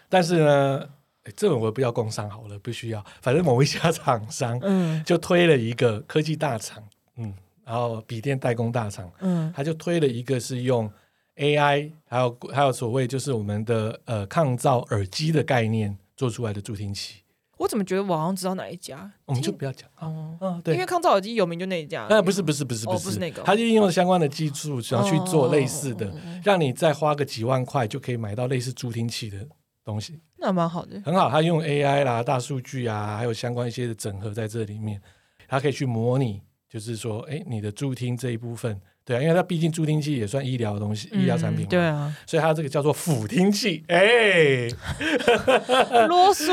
[SPEAKER 1] 但是呢，诶这种我不要工商好了，不需要，反正某一家厂商
[SPEAKER 2] 嗯
[SPEAKER 1] 就推了一个科技大厂，嗯，然后笔电代工大厂，
[SPEAKER 2] 嗯
[SPEAKER 1] 它就推了一个是用 AI，还有还有所谓就是我们的呃抗噪耳机的概念做出来的助听器，
[SPEAKER 2] 我怎么觉得我好像知道哪一家？
[SPEAKER 1] 我们就
[SPEAKER 2] 听
[SPEAKER 1] 不要讲啊，
[SPEAKER 2] 哦，
[SPEAKER 1] 嗯，对
[SPEAKER 2] 因为，抗噪耳机有名就那一家。
[SPEAKER 1] 呃，不是不是不是
[SPEAKER 2] 哦
[SPEAKER 1] 不
[SPEAKER 2] 不是那个
[SPEAKER 1] 它就应用相关的技术，然后去做类似的
[SPEAKER 2] 哦，哦哦哦哦
[SPEAKER 1] 让你再花个几万块就可以买到类似助听器的东西，
[SPEAKER 2] 那蛮好的。
[SPEAKER 1] 很好。它用 AI 啦、大数据啊，还有相关一些的整合在这里面，它可以去模拟，就是说，哎，你的助听这一部分，对啊，因为它毕竟助听器也算医疗的东西，医疗产品嘛
[SPEAKER 2] 嗯，对啊，
[SPEAKER 1] 所以它这个叫做辅听器，哎，呃
[SPEAKER 2] 啰嗦。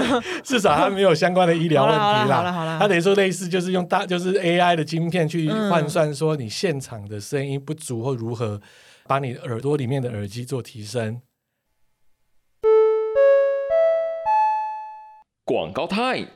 [SPEAKER 1] 至少它没有相关的医疗问题
[SPEAKER 2] 好啦
[SPEAKER 1] 啦。
[SPEAKER 2] 好啦好啦
[SPEAKER 1] 它等于说类似就是用大就是 AI 的晶片去
[SPEAKER 2] 嗯
[SPEAKER 1] 换算说你现场的声音不足或如何把你耳朵里面的耳机做提升。
[SPEAKER 3] 广告 time。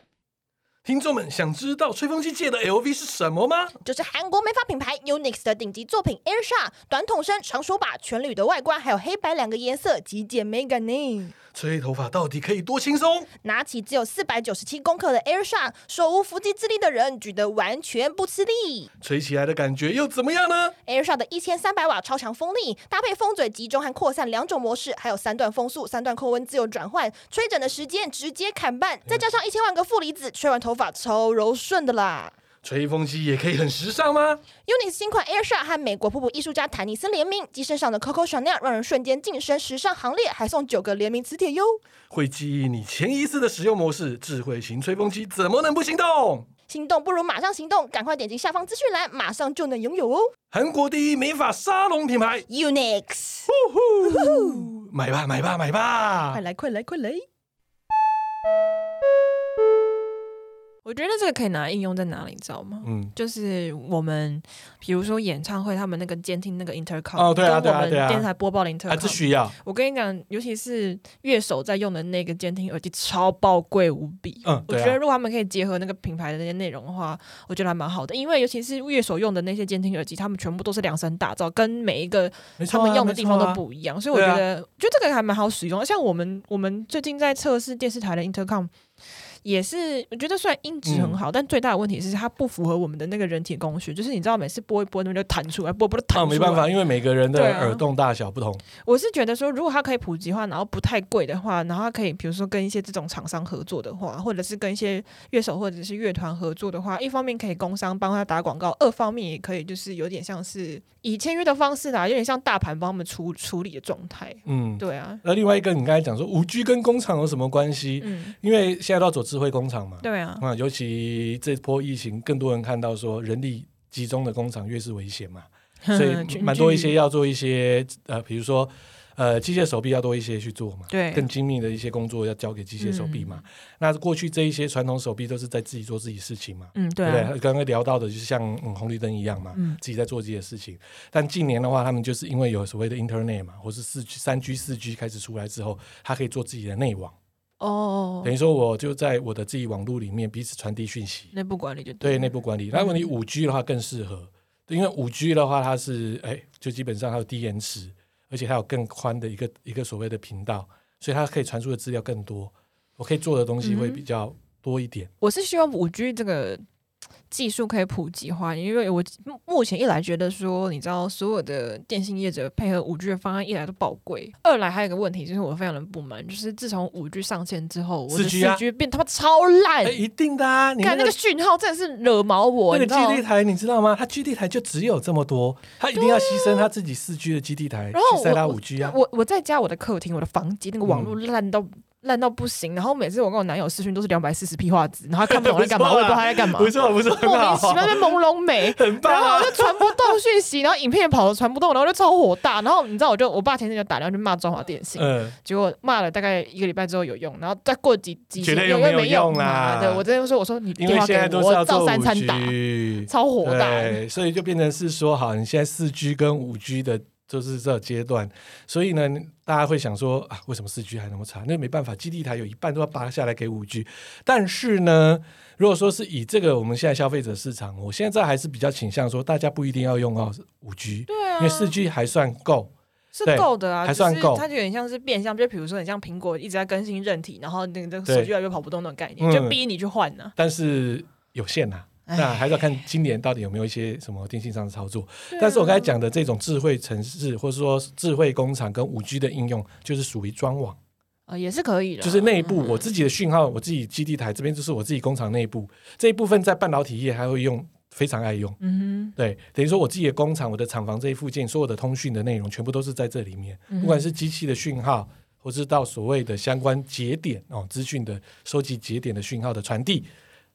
[SPEAKER 1] 听众们想知道吹风机界的 LV 是什么吗？
[SPEAKER 4] 就是韩国美发品牌 Unix 的顶级作品 Airsha，短筒身、长手把、全铝的外观，还有黑白两个颜色，极简美感呢。
[SPEAKER 1] 吹头发到底可以多轻松？
[SPEAKER 4] 拿起只有四百九十七公克的 Airsha，手无缚鸡之力的人举得完全不吃力。
[SPEAKER 1] 吹起来的感觉又怎么样呢？
[SPEAKER 4] Airsha 的一千三百瓦超强风力，搭配风嘴集中和扩散两种模式，还有三段风速、三段控温自由转换，吹整的时间直接砍半，再加上一千万个负离子，吹完头发超柔顺的啦。
[SPEAKER 1] 吹风机也可以很时尚吗？
[SPEAKER 4] Unix 新款 Airshot 和美国瀑布艺术家坦尼斯联名，机身上的 Coco Chanel 让人瞬间晋升时尚行列，还送九个联名磁铁哟。
[SPEAKER 1] 会记忆你前一次的使用模式，智慧型吹风机怎么能不心动？
[SPEAKER 4] 心动不如马上行动，赶快点击下方资讯栏，马上就能拥有哦。
[SPEAKER 1] 韩国第一美发沙龙品牌，
[SPEAKER 4] Unix，
[SPEAKER 1] 买吧买吧买吧！
[SPEAKER 4] 快来快来快来！
[SPEAKER 2] 我觉得这个可以拿来应用在哪里，你知道吗？
[SPEAKER 1] 嗯，
[SPEAKER 2] 就是我们，比如说演唱会，他们那个监听那个 intercom，
[SPEAKER 1] 哦对啊
[SPEAKER 2] 跟
[SPEAKER 1] 对
[SPEAKER 2] 我
[SPEAKER 1] 啊
[SPEAKER 2] 们
[SPEAKER 1] 对啊
[SPEAKER 2] 电台播报的
[SPEAKER 1] 啊，这
[SPEAKER 2] intercom，、
[SPEAKER 1] 需要，
[SPEAKER 2] 我跟你讲，尤其是乐手在用的那个监听耳机，超爆贵无比。
[SPEAKER 1] 嗯，
[SPEAKER 2] 我
[SPEAKER 1] 对
[SPEAKER 2] 觉
[SPEAKER 1] 啊
[SPEAKER 2] 得如果他们可以结合那个品牌的那些内容的话，我觉得还蛮好的，因为尤其是乐手用的那些监听耳机，他们全部都是量身打造，跟每一个
[SPEAKER 1] 没
[SPEAKER 2] 他
[SPEAKER 1] 错啊
[SPEAKER 2] 们用的地方都
[SPEAKER 1] 没错啊
[SPEAKER 2] 不一样，所以我
[SPEAKER 1] 对啊
[SPEAKER 2] 觉得，就这个还蛮好使用。像我们我们最近在测试电视台的 intercom，也是我觉得虽然音质
[SPEAKER 1] 嗯
[SPEAKER 2] 很好，但最大的问题是它不符合我们的那个人体工学，就是你知道每次播一播，那边就弹出来，播一播就弹
[SPEAKER 1] 啊，
[SPEAKER 2] 出
[SPEAKER 1] 没
[SPEAKER 2] 来。
[SPEAKER 1] 办法，，因为每个人的
[SPEAKER 2] 对啊
[SPEAKER 1] 耳洞大小不同，
[SPEAKER 2] 我是觉得说，如果它可以普及化，然后不太贵的话，然后它可以比如说跟一些这种厂商合作的话，或者是跟一些乐手或者是乐团合作的
[SPEAKER 1] 嗯
[SPEAKER 2] 话，一方面可以工商帮他打广告，二方面也可以就是有点像是以签约的方式啦，有点像大盘帮他们处处理的状态。
[SPEAKER 1] 嗯。
[SPEAKER 2] 对啊，
[SPEAKER 1] 那另外一个，你刚才讲说五 G 跟工厂有什么关系？
[SPEAKER 2] 嗯，
[SPEAKER 1] 因为现在都要走智慧工厂嘛，
[SPEAKER 2] 对啊，
[SPEAKER 1] 啊，尤其这波疫情，更多人看到说人力集中的工厂越是危险嘛， 所以
[SPEAKER 2] 群
[SPEAKER 1] 蛮多一
[SPEAKER 2] 聚
[SPEAKER 1] 些要做一些呃，比如说呃，机械手臂要多一些去做嘛，
[SPEAKER 2] 对嗯
[SPEAKER 1] 更精密的一些工作要交给机械手臂嘛。那过去这一些传统手臂都是在自己做自己事情嘛，
[SPEAKER 2] 嗯，对
[SPEAKER 1] 对不
[SPEAKER 2] 啊，
[SPEAKER 1] 对？刚刚聊到的就是像、嗯、红绿灯一样嘛，
[SPEAKER 2] 嗯
[SPEAKER 1] 自己在做自己的事情。但近年的话，他们就是因为有所谓的 Internet 嘛，或是四 G、三 G、四 G 开始出来之后，他可以做自己的内网，
[SPEAKER 2] 哦
[SPEAKER 1] 等，于说我就在我的自己网络里面彼此传递讯息。
[SPEAKER 2] 内部管理就
[SPEAKER 1] 对
[SPEAKER 2] 了
[SPEAKER 1] 内部管理。那如果你五 G 的话更适合，对因为五 G 的话它是哎，就基本上它有低延迟，而且它有更宽的一个一个所谓的频道，所以它可以传输的资料更多，我可以做的东西会
[SPEAKER 2] 嗯哼
[SPEAKER 1] 比较多一点。
[SPEAKER 2] 我是希望五 G 这个技术可以普及化，因为我目目前一来觉得说，你知道所有的电信业者配合五 G 的方案一来都宝贵，二来还有一个问题就是我非常的不满，就是自从五 G 上线之后，我的四
[SPEAKER 1] 4G 啊
[SPEAKER 2] G 变他妈超烂
[SPEAKER 1] 哎、，一定的啊！你
[SPEAKER 2] 看、嗯那
[SPEAKER 1] 个
[SPEAKER 2] 个讯号真的是惹毛我，
[SPEAKER 1] 那个
[SPEAKER 2] 你知道
[SPEAKER 1] 基。地台你知道吗？它基地台就只有这么多，它一定要牺牲它自己四 G 的基地台
[SPEAKER 2] 然后
[SPEAKER 1] 去塞它
[SPEAKER 2] 我
[SPEAKER 1] 五 G 啊。
[SPEAKER 2] 我我在家我的客厅我的房间那个网络
[SPEAKER 1] 嗯
[SPEAKER 2] 烂到。烂到不行，然后每次我跟我男友视讯都是两百四十 P 画质，然后他 看不懂我在干嘛，
[SPEAKER 1] 不
[SPEAKER 2] 我
[SPEAKER 1] 错啊
[SPEAKER 2] 也不知道他在干嘛，
[SPEAKER 1] 不错不错，很
[SPEAKER 2] 莫名其
[SPEAKER 1] 好，
[SPEAKER 2] 妙在那边朦 胧美，
[SPEAKER 1] 很棒
[SPEAKER 2] 然后
[SPEAKER 1] 啊
[SPEAKER 2] 我！就传不动讯息，然后影片也跑得传不动，然后就超火大。然后你知道，我就我爸前天就打电话去骂中华电信，
[SPEAKER 1] 嗯，
[SPEAKER 2] 结果骂了大概一个礼拜之后有用，然后再过几几
[SPEAKER 1] 绝对
[SPEAKER 2] 有
[SPEAKER 1] 又没有
[SPEAKER 2] 没
[SPEAKER 1] 用啦
[SPEAKER 2] 对我真的说，我说你
[SPEAKER 1] 因
[SPEAKER 2] 电
[SPEAKER 1] 为
[SPEAKER 2] 话
[SPEAKER 1] 现
[SPEAKER 2] 给
[SPEAKER 1] 在都
[SPEAKER 2] 我，
[SPEAKER 1] 是要
[SPEAKER 2] 我
[SPEAKER 1] 做
[SPEAKER 2] 照
[SPEAKER 1] 五
[SPEAKER 2] 三餐打，
[SPEAKER 1] G，
[SPEAKER 2] 超火大。
[SPEAKER 1] 对，所以就变成是说，好，你现在四 G 跟五 G 的，就是这阶段，所以呢，大家会想说啊，为什么四 G 还那么差？那没办法，基地台有一半都要拔下来给五 G。但是呢，如果说是以这个我们现在消费者市场，我现在还是比较倾向说，大家不一定要用到五 G，
[SPEAKER 2] 对啊
[SPEAKER 1] 因为四 G 还算够。
[SPEAKER 2] 是
[SPEAKER 1] 对
[SPEAKER 2] 够的啊，
[SPEAKER 1] 还算
[SPEAKER 2] 只是
[SPEAKER 1] 够
[SPEAKER 2] 它就有点像是变相，就比如说你像苹果一直在更新韧体，然后那个
[SPEAKER 1] 对
[SPEAKER 2] 手机越来越跑不动那种概
[SPEAKER 1] 嗯
[SPEAKER 2] 念，就逼你去换呢、
[SPEAKER 1] 但是有限呐、
[SPEAKER 2] 唉
[SPEAKER 1] 那还是要看今年到底有没有一些什么电信上的操作。
[SPEAKER 2] 对啊
[SPEAKER 1] 但是我刚才讲的这种智慧城市，或者说智慧工厂跟五 G 的应用，就是属于专网，
[SPEAKER 2] 呃也是可以嗯的，
[SPEAKER 1] 就是内部我自己的讯号，我自己基地台这边就是我自己工厂内部这一部分，在半导体业还会用，非常爱用。
[SPEAKER 2] 嗯
[SPEAKER 1] 对，等于说我自己的工厂、我的厂房这一附近，所有的通讯的内容全部都是在这里面，
[SPEAKER 2] 嗯哼
[SPEAKER 1] 不管是机器的讯号，或是到所谓的相关节点哦，资讯的收集节点的讯号的传递，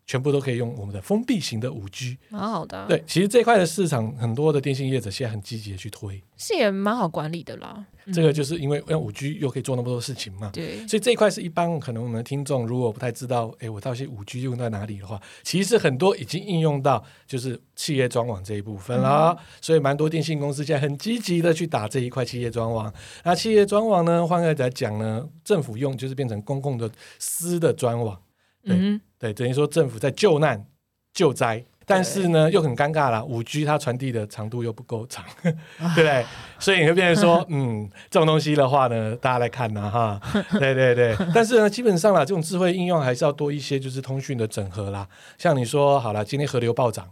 [SPEAKER 1] 全部都可以用我们的封闭型的五 G。
[SPEAKER 2] 哼，蛮好的、啊，
[SPEAKER 1] 对，其实这块的市场很多的电信业者现在很积极的去推，
[SPEAKER 2] 是也蛮好管理的啦。嗯
[SPEAKER 1] 这个就是因为用五 G 又可以做那么多事情嘛。
[SPEAKER 2] 对，
[SPEAKER 1] 所以这一块是一般可能我们的听众如果不太知道，诶，我到底五 G 用到哪里的话，其实很多已经应用到就是企业专网这一部分啦。所以蛮多电信公司现在很积极的去打这一块企业专网。那企业专网呢，换个来讲呢，政府用就是变成公共的私的专网，对
[SPEAKER 2] 嗯哼。
[SPEAKER 1] 对，等于说政府在救难救灾。但是呢，又很尴尬啦。五 G 它传递的长度又不够长， 对
[SPEAKER 2] 啊
[SPEAKER 1] 不对？所以你会变成说，嗯，这种东西的话呢，大家来看呐、 哈，对对对。但是呢，基本上啦，这种智慧应用还是要多一些，就是通讯的整合啦。像你说，好了，今天河流暴涨，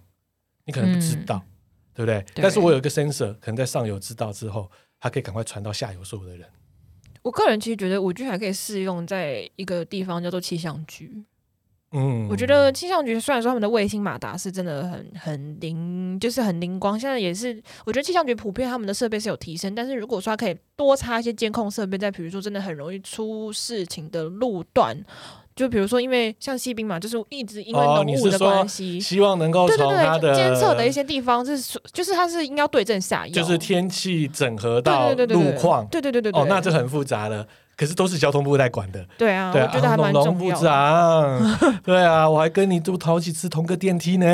[SPEAKER 1] 你可能不知道，对不对？
[SPEAKER 2] 嗯对
[SPEAKER 1] 但是我有一个 sensor，可能在上游知道之后，它可以赶快传到下游所有的人。
[SPEAKER 2] 我个人其实觉得五 G 还可以适用在一个地方叫做气象局。
[SPEAKER 1] 嗯，
[SPEAKER 2] 我觉得气象局虽然说他们的卫星马达是真的很很灵，就是很灵光，现在也是我觉得气象局普遍他们的设备是有提升，但是如果说它可以多插一些监控设备，在比如说真的很容易出事情的路段，就比如说因为像西滨嘛，就是一直因为
[SPEAKER 1] 哦
[SPEAKER 2] 浓
[SPEAKER 1] 你
[SPEAKER 2] 雾
[SPEAKER 1] 是
[SPEAKER 2] 的
[SPEAKER 1] 说
[SPEAKER 2] 关系。
[SPEAKER 1] 希望能够
[SPEAKER 2] 对对
[SPEAKER 1] 从它
[SPEAKER 2] 对，
[SPEAKER 1] 的
[SPEAKER 2] 监测的一些地方是属，哦就是它是应该要对症下药，
[SPEAKER 1] 就是天气整合到
[SPEAKER 2] 对对对对
[SPEAKER 1] 路
[SPEAKER 2] 对
[SPEAKER 1] 况，
[SPEAKER 2] 对对对对对，
[SPEAKER 1] 哦，那这很复杂了。可是都是交通部在管的，
[SPEAKER 2] 对啊，
[SPEAKER 1] 对
[SPEAKER 2] 我
[SPEAKER 1] 啊，
[SPEAKER 2] 觉得还蛮
[SPEAKER 1] 农
[SPEAKER 2] 重
[SPEAKER 1] 部
[SPEAKER 2] 要的。
[SPEAKER 1] 长，对啊，我还跟你住好几次同个电梯呢，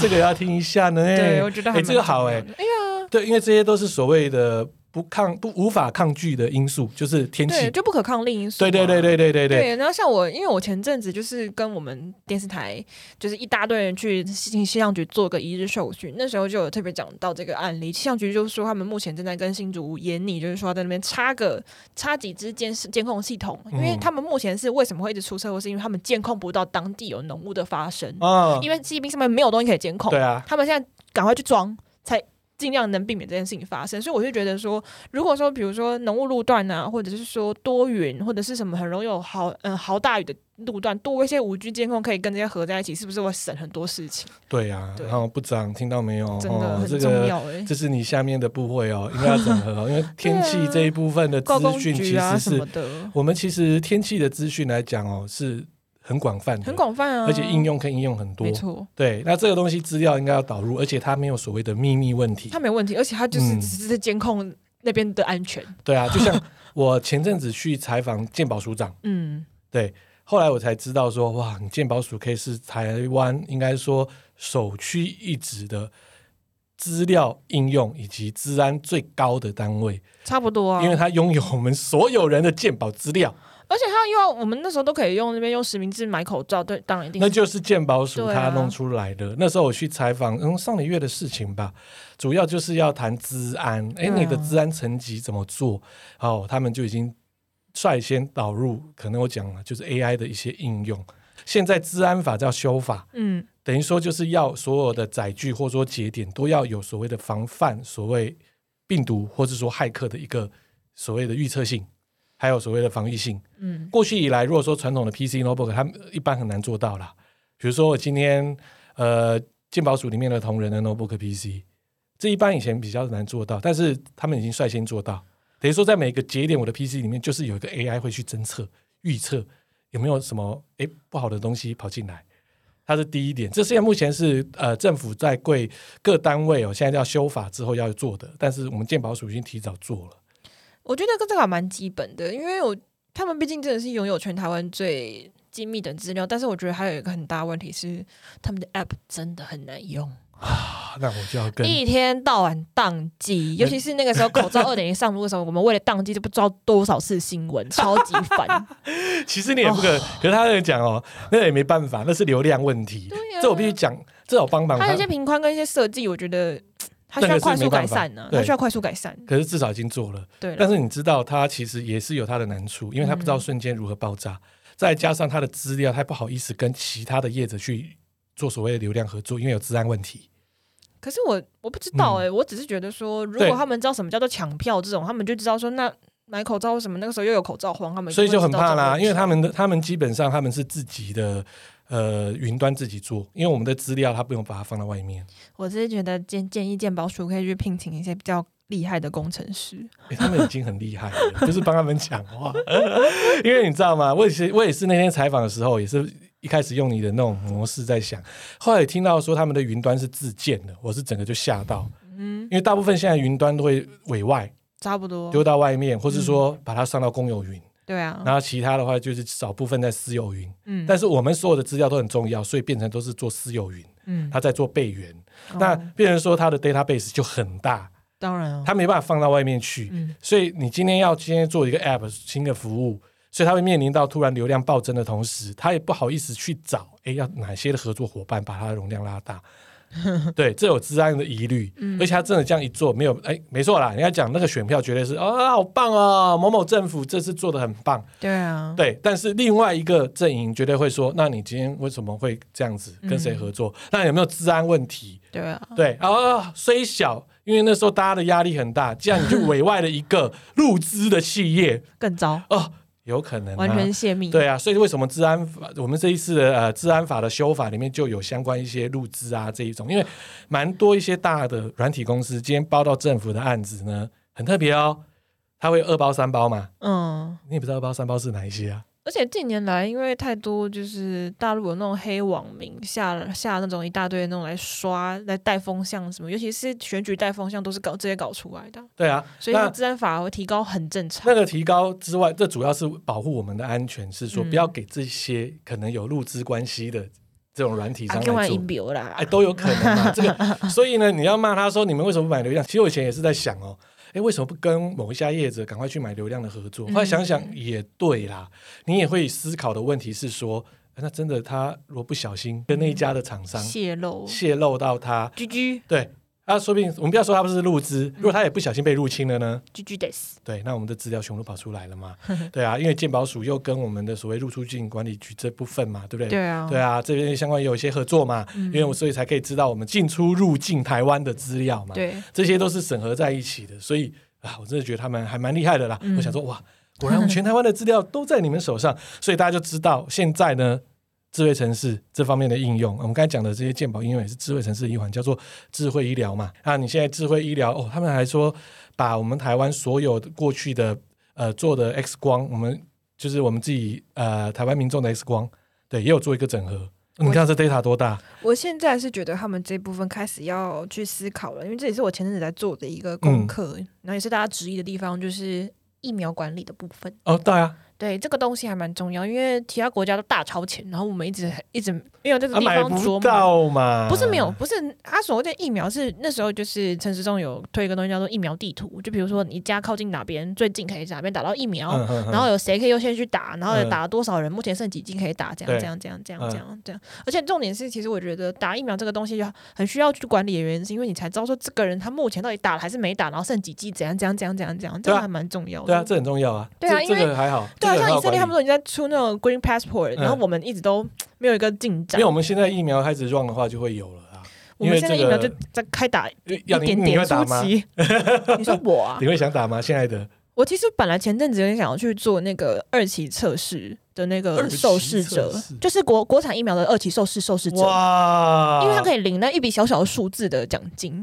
[SPEAKER 1] 这个要听一下呢。
[SPEAKER 2] 对，我觉得还
[SPEAKER 1] 哎，
[SPEAKER 2] 蛮
[SPEAKER 1] 这个好
[SPEAKER 2] 重要
[SPEAKER 1] 哎，
[SPEAKER 2] 的哎呀，
[SPEAKER 1] 对，因为这些都是所谓的不抗不无法抗拒的因素，就是天
[SPEAKER 2] 对，
[SPEAKER 1] 气。
[SPEAKER 2] 就不可抗力因素嘛。啊
[SPEAKER 1] 对对对对对对对，
[SPEAKER 2] 对，然后像我，因为我前阵子就是跟我们电视台就是一大堆人去气气象局做个一日受训，那时候就有特别讲到这个案例。气象局就说他们目前正在跟新竹研拟，就是说在那边插个插几支监视监控系统，因为
[SPEAKER 1] 嗯
[SPEAKER 2] 他们目前是为什么会一直出车祸，是因为他们监控不到当地有浓雾的发生，
[SPEAKER 1] 啊，
[SPEAKER 2] 因为骑兵上面没有东西可以监控
[SPEAKER 1] 对。啊，
[SPEAKER 2] 他们现在赶快去装，才尽量能避免这件事情发生。所以我就觉得说，如果说比如说浓雾路段啊，或者是说多云，或者是什么很容易有好嗯、好呃大雨的路段，多一些五 G 监控可以跟这些合在一起，是不是会省很多事情？
[SPEAKER 1] 对啊，
[SPEAKER 2] 对
[SPEAKER 1] 然后部长听到没有？
[SPEAKER 2] 真的
[SPEAKER 1] 哦这
[SPEAKER 2] 很重
[SPEAKER 1] 个
[SPEAKER 2] 要哎、
[SPEAKER 1] 这是你下面的部位哦，应该要整合哦，因为天 气这一部分的
[SPEAKER 2] 啊高工
[SPEAKER 1] 资讯其
[SPEAKER 2] 局啊
[SPEAKER 1] 实
[SPEAKER 2] 什
[SPEAKER 1] 是
[SPEAKER 2] 么的，
[SPEAKER 1] 我们其实天气的资讯来讲哦，是很广嗯泛的，
[SPEAKER 2] 很广泛啊，
[SPEAKER 1] 而且应用可以应用很多
[SPEAKER 2] 没。错，
[SPEAKER 1] 对，那这个东西资料应该要导入，而且它没有所谓的秘密问题
[SPEAKER 2] 它。没问题，而且它就是
[SPEAKER 1] 嗯
[SPEAKER 2] 只是在监控那边的安全，
[SPEAKER 1] 对啊，就像我前阵子去采访鉴宝署长，
[SPEAKER 2] 嗯，
[SPEAKER 1] 对， 后来我才知道说，哇，你鉴宝署可以是台湾应该说首屈一指的资料应用以及治安最高的单位，
[SPEAKER 2] 差不多啊，
[SPEAKER 1] 因为它拥有我们所有人的鉴宝资料，
[SPEAKER 2] 而且它又要我们那时候都可以用那边用实名制买口罩，对，当然一定
[SPEAKER 1] 那就是鉴宝署
[SPEAKER 2] 对
[SPEAKER 1] 他
[SPEAKER 2] 啊
[SPEAKER 1] 弄出来的。那时候我去采访，嗯，上个月的事情吧，主要就是要谈治安。哎、
[SPEAKER 2] 对啊
[SPEAKER 1] 你的治安层级怎么做？哦，他们就已经率先导入，可能我讲了，就是 AI 的一些应用。现在治安法叫修法，
[SPEAKER 2] 嗯。
[SPEAKER 1] 等于说就是要所有的载具或者说节点都要有所谓的防范所谓病毒或者说骇客的一个所谓的预测性，还有所谓的防御性。
[SPEAKER 2] 嗯
[SPEAKER 1] 过去以来，如果说传统的 PC notebook，它一般很难做到啦。比如说我今天呃，鉴宝署里面的同仁的 notebook PC，这一般以前比较难做到，但是他们已经率先做到。等于说，在每个节点，我的 PC 里面就是有一个 AI 会去侦测、预测有没有什么诶不好的东西跑进来，它是第一点。这现在目前是呃政府在贵各单位哦，现在要修法之后要做的，但是我们鉴宝署已经提早做了。，
[SPEAKER 2] 我觉得这个还蛮基本的，因为我他们毕竟真的是拥有全台湾最精密的资料，但是我觉得还有一个很大问题是，他们的 app 真的很难用，
[SPEAKER 1] 啊那我就要跟
[SPEAKER 2] 一天到晚宕机，尤其是那个时候口罩二点零上路的时候，我们为了宕机就不知道多少次新闻，超级烦。
[SPEAKER 1] 其实你也不可，可是他在讲哦，那也没办法，那是流量问题。
[SPEAKER 2] 对啊
[SPEAKER 1] 这我必须讲，这我帮忙
[SPEAKER 2] 还有
[SPEAKER 1] 他
[SPEAKER 2] 一。些频宽跟一些设计，我觉得它需
[SPEAKER 1] 那
[SPEAKER 2] 要
[SPEAKER 1] 个是
[SPEAKER 2] 快速
[SPEAKER 1] 没办
[SPEAKER 2] 改
[SPEAKER 1] 法
[SPEAKER 2] 善呢、啊，
[SPEAKER 1] 对
[SPEAKER 2] 它需要快速改善。
[SPEAKER 1] 可是至少已经做了，
[SPEAKER 2] 对了嗯
[SPEAKER 1] 但，是你知道，他其实也是有他的难处，因为他不知道瞬间如何爆炸，再加上他的资料，他不好意思跟其他的业者去做所谓的流量合作，因为有治安问题。
[SPEAKER 2] 可是我我不知道哎、我只是觉得说，如果
[SPEAKER 1] 嗯对
[SPEAKER 2] 他们知道什么叫做抢票这种，他们就知道说那买口罩为什么那个时候又有口罩荒，他们
[SPEAKER 1] 所以就很怕啦，因为
[SPEAKER 2] 他
[SPEAKER 1] 他们的他们基本上他们是自己的呃云端自己做，因为我们的资料他不用把它放到外面，
[SPEAKER 2] 我只是觉得建建议鉴宝署可以去聘请一些比较厉害的工程师，
[SPEAKER 1] 欸他们已经很厉害了，不是帮他们讲话， 因为你知道吗？我也是我也是那天采访的时候也是。一开始用你的那种模式在想，后来听到说他们的云端是自建的，我是整个就吓到，
[SPEAKER 2] 嗯，
[SPEAKER 1] 因为大部分现在云端都会委外
[SPEAKER 2] 差不多，
[SPEAKER 1] 丢到外面，
[SPEAKER 2] 嗯
[SPEAKER 1] 或是说把它上到公有云，
[SPEAKER 2] 对啊，
[SPEAKER 1] 然后其他的话就是少部分在私有云。
[SPEAKER 2] 嗯，
[SPEAKER 1] 但是我们所有的资料都很重要，所以变成都是做私有云，
[SPEAKER 2] 嗯，
[SPEAKER 1] 它在做备援，
[SPEAKER 2] 哦
[SPEAKER 1] 那变成说它的 database 就很大，
[SPEAKER 2] 当然啊，
[SPEAKER 1] 它没办法放到外面去。
[SPEAKER 2] 嗯，
[SPEAKER 1] 所以你今天要今天做一个 App 新的服务，所以它会面临到突然流量暴增的同时，它也不好意思去找，哎，要哪些的合作伙伴把它的容量拉大。对，这有治安的疑虑，而且他真的这样一做，没有哎，没错啦，人家讲那个选票绝对是啊，好棒哦，某某政府这次做的很棒，
[SPEAKER 2] 对啊，
[SPEAKER 1] 对。但是另外一个阵营绝对会说，那你今天为什么会这样子，跟谁合作？那有没有治安问题？
[SPEAKER 2] 对啊，
[SPEAKER 1] 对啊、虽小，因为那时候大家的压力很大，既然你 就委外了一个入资的企业，
[SPEAKER 2] 更糟，
[SPEAKER 1] 哦，有可能、啊、
[SPEAKER 2] 完全泄密，
[SPEAKER 1] 对啊，所以为什么治安法，我们这一次的呃治安法的修法里面就有相关一些入资啊这一种，因为蛮多一些大的软体公司今天包到政府的案子呢，很特别哦，它会二包三包嘛，
[SPEAKER 2] 嗯。
[SPEAKER 1] 你也不知道二包三包是哪一些啊？
[SPEAKER 2] 而且近年来，因为太多就是大陆有那种黑网民下下那种一大堆那种来刷来带风向什么，尤其是选举带风向都是搞这些搞出来的，
[SPEAKER 1] 对啊，
[SPEAKER 2] 所以
[SPEAKER 1] 那
[SPEAKER 2] 它治安法会提高很正常啊
[SPEAKER 1] 那。个提高之外，这主要是保护我们的安全，是
[SPEAKER 2] 嗯
[SPEAKER 1] 说不要给这些可能有入资关系的这种软体商
[SPEAKER 2] 啊，
[SPEAKER 1] 来
[SPEAKER 2] 跟完
[SPEAKER 1] 做
[SPEAKER 2] 银。流啦
[SPEAKER 1] 哎，，都有可能嘛。这个，所以呢，你要骂他说你们为什么不买流量？其实我以前也是在想哦，哎，为什么不跟某一家业者赶快去买流量的合作？后来想
[SPEAKER 2] 嗯
[SPEAKER 1] 想也对啦，你也会思考的问题是说，啊那真的他如果不小心跟那一家的厂商
[SPEAKER 2] 啊泄露
[SPEAKER 1] 泄露到他，
[SPEAKER 2] 居居
[SPEAKER 1] 对，啊，说不定我们不要说他不是入资，如果他也不小心被入侵了呢？
[SPEAKER 2] 居居 des，
[SPEAKER 1] 对，那我们的资料全部都跑出来了嘛？ 对啊，因为鉴宝署又跟我们的所谓入出境管理局这部分嘛，对不对？
[SPEAKER 2] 对啊，
[SPEAKER 1] 对啊，这边相关也有一些合作嘛，因为我所以才可以知道我们进出入境台湾的资料嘛，
[SPEAKER 2] 对
[SPEAKER 1] 这些都是审核在一起的，所以啊，我真的觉得他们还蛮厉害的啦。
[SPEAKER 2] 嗯
[SPEAKER 1] 我想说，哇，果然我们全台湾的资料都在你们 手上，所以大家就知道现在呢，智慧城市这方面的应用，我们刚才讲的这些健保应用也是智慧城市的一环，叫做智慧医疗嘛。啊，你现在智慧医疗哦，他们还说把我们台湾所有的过去的呃做的 X 光，我们就是我们自己呃台湾民众的 X 光，对，也有做一个整合。你看这 data 多大？
[SPEAKER 3] 我现在是觉得他们这部分开始要去思考了，因为这也是我前阵子在做的一个功课，
[SPEAKER 1] 嗯
[SPEAKER 2] 然后也是大家质疑的地方就是疫苗管理的部分。
[SPEAKER 1] 哦，对啊，
[SPEAKER 2] 对这个东西还蛮重要，因为其他国家都大超前，然后我们一直一直没有这个
[SPEAKER 1] 啊
[SPEAKER 2] 地
[SPEAKER 1] 买
[SPEAKER 2] 方
[SPEAKER 1] 不
[SPEAKER 2] 琢磨。
[SPEAKER 1] 到嘛？
[SPEAKER 2] 不是没有，不是他所谓的疫苗是那时候就是陈时中有推一个东西叫做疫苗地图，就比如说你家靠近哪边最近可以哪边打到疫苗，
[SPEAKER 1] 嗯，嗯嗯
[SPEAKER 2] 然后有谁可以优先去打，然后有
[SPEAKER 1] 嗯
[SPEAKER 2] 打多少人，目前剩几剂可以打，这
[SPEAKER 1] 对
[SPEAKER 2] 样这样这样这样
[SPEAKER 1] 嗯
[SPEAKER 2] 这样这样。而且重点是，其实我觉得打疫苗这个东西很需要去管理的原因，是因为你才知道说这个人他目前到底打了还是没打，然后剩几剂，怎样怎样怎样怎样怎样，这
[SPEAKER 1] 对啊
[SPEAKER 2] 个还蛮重要的。
[SPEAKER 1] 对啊，这很重要啊。
[SPEAKER 2] 对啊
[SPEAKER 1] 这
[SPEAKER 2] 因为
[SPEAKER 1] 这个还好。
[SPEAKER 2] 对啊，
[SPEAKER 1] 这个很
[SPEAKER 2] 像
[SPEAKER 1] 好
[SPEAKER 2] 以色列他们
[SPEAKER 1] 管
[SPEAKER 2] 都已经在出那种 Green Passport，、
[SPEAKER 1] 嗯
[SPEAKER 2] 然后我们一直都没有一个进
[SPEAKER 1] 理，
[SPEAKER 2] 展
[SPEAKER 1] 因为。我们现在疫苗开始 run 的话，就会有了啊。
[SPEAKER 2] 我们
[SPEAKER 1] 因为
[SPEAKER 2] 现在
[SPEAKER 1] 这
[SPEAKER 2] 疫
[SPEAKER 1] 个
[SPEAKER 2] 苗就在开打一
[SPEAKER 1] 要你
[SPEAKER 2] 点
[SPEAKER 1] 你
[SPEAKER 2] 点
[SPEAKER 1] 会打
[SPEAKER 2] 初
[SPEAKER 1] 吗？
[SPEAKER 2] 期。你说我啊
[SPEAKER 1] 你？会想打吗？现在的
[SPEAKER 2] 我其实本来前阵子有点想要去做那个二期测试的那
[SPEAKER 1] 二
[SPEAKER 2] 个
[SPEAKER 1] 期
[SPEAKER 2] 受试者
[SPEAKER 1] 测试，
[SPEAKER 2] 就是国国产疫苗的二期受试受试者。
[SPEAKER 1] 哇，
[SPEAKER 2] 因为他可
[SPEAKER 1] 以，
[SPEAKER 2] 以领那一笔小小的数字的奖 金，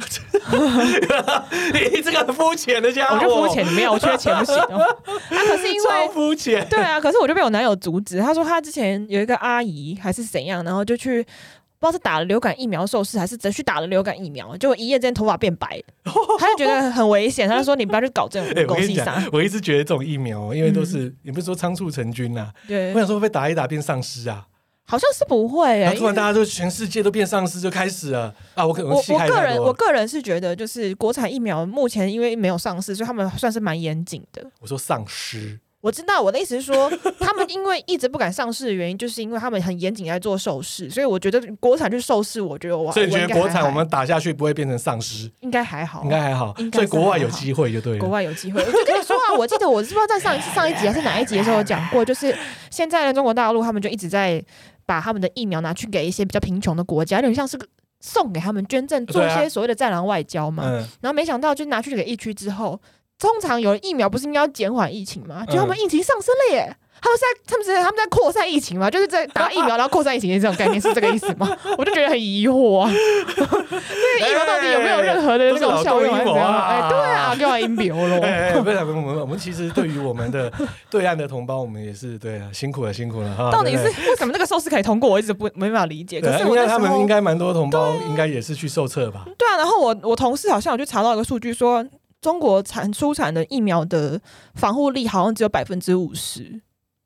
[SPEAKER 1] 你这个很肤浅的家伙，
[SPEAKER 2] 我就肤浅，没有，我缺钱不行哦。啊，可是因
[SPEAKER 1] 超
[SPEAKER 2] 为
[SPEAKER 1] 肤浅。
[SPEAKER 2] 对啊，可是我就被我男友阻止。他说他之前有一个阿姨还是怎样，然后就去不知道是打了流感疫苗受试，还是只去打了流感疫苗，结果一夜之间头发变 白，他就觉得很危险。他就说你不要去搞这
[SPEAKER 1] 哎、
[SPEAKER 2] 种
[SPEAKER 1] 我
[SPEAKER 2] 狗
[SPEAKER 1] 跟你
[SPEAKER 2] 屁啥
[SPEAKER 1] 讲，。我一直觉得这种疫苗，因为都是、也不是说仓促成军呐、啊，
[SPEAKER 2] 对
[SPEAKER 1] 我，想说会不会打一打变丧尸啊，
[SPEAKER 2] 好像是不会
[SPEAKER 1] 然
[SPEAKER 2] 哎、
[SPEAKER 1] 后突然大家就全世界都变丧尸就开始了啊！我可能
[SPEAKER 2] 我
[SPEAKER 1] 戏
[SPEAKER 2] 我
[SPEAKER 1] 开
[SPEAKER 2] 个
[SPEAKER 1] 太
[SPEAKER 2] 人
[SPEAKER 1] 多
[SPEAKER 2] 我
[SPEAKER 1] 了。
[SPEAKER 2] 个人是觉得，就是国产疫苗目前因为没有上市，所以他们算是蛮严谨的。
[SPEAKER 1] 我说丧尸，
[SPEAKER 2] 我知道我的意思是说，他们因为一直不敢上市的原因，就是因为他们很严谨在做受试，所以我觉得国产去受试，我觉得我
[SPEAKER 1] 所以你
[SPEAKER 2] 我
[SPEAKER 1] 觉
[SPEAKER 2] 应
[SPEAKER 1] 得
[SPEAKER 2] 该还
[SPEAKER 1] 国产
[SPEAKER 2] 好
[SPEAKER 1] 我们打下去不会变成丧尸？
[SPEAKER 2] 应该还好，
[SPEAKER 1] 应该还好，
[SPEAKER 2] 应该
[SPEAKER 1] 所以
[SPEAKER 2] 是
[SPEAKER 1] 国外
[SPEAKER 2] 还
[SPEAKER 1] 有
[SPEAKER 2] 好
[SPEAKER 1] 机会就对
[SPEAKER 2] 国
[SPEAKER 1] 了。
[SPEAKER 2] 外有机 会。我就跟你说啊，我记得我是不知道在上一次上一集还是哪一集的时候有讲过，就是现在的中国大陆他们就一直在把他们的疫苗拿去给一些比较贫穷的国家，有点像是个送给他们捐赠，做一
[SPEAKER 1] 对
[SPEAKER 2] 些
[SPEAKER 1] 啊
[SPEAKER 2] 所谓的战狼外交嘛。
[SPEAKER 1] 嗯，
[SPEAKER 2] 然后没想到就拿去给疫区之后，通常有了疫苗不是应该要减缓疫情吗？
[SPEAKER 1] 嗯
[SPEAKER 2] 就他们疫情上升了耶。他们是在他们是在他们在扩散疫情嘛？就是在打疫苗然后扩散疫情的这种概念是这个意思吗？我就觉得很疑惑啊，那个疫苗到底有没有任何的那种效用还是怎样？
[SPEAKER 1] 哎
[SPEAKER 2] 哎、
[SPEAKER 1] 都是老中医谋啊
[SPEAKER 2] 对啊，给我阴流喽。
[SPEAKER 1] 哎，哎不是，不是我们我们其实对于我们 的对岸的同胞，我们也是对啊，辛苦了，辛苦了哈。
[SPEAKER 2] 到底
[SPEAKER 1] 对不
[SPEAKER 2] 是
[SPEAKER 1] 对
[SPEAKER 2] 为什么那个收视可以通过？我一直不没办法理解。
[SPEAKER 1] 对
[SPEAKER 2] 可
[SPEAKER 1] 啊
[SPEAKER 2] 是
[SPEAKER 1] 应
[SPEAKER 2] 我那
[SPEAKER 1] 该
[SPEAKER 2] 时
[SPEAKER 1] 他
[SPEAKER 2] 候啊
[SPEAKER 1] 们应该蛮多同胞，应该也是去受测吧？
[SPEAKER 2] 对啊，然后我我同事好像有去查到一个数据说。中国产出产的疫苗的防护力好像只有百分之五十，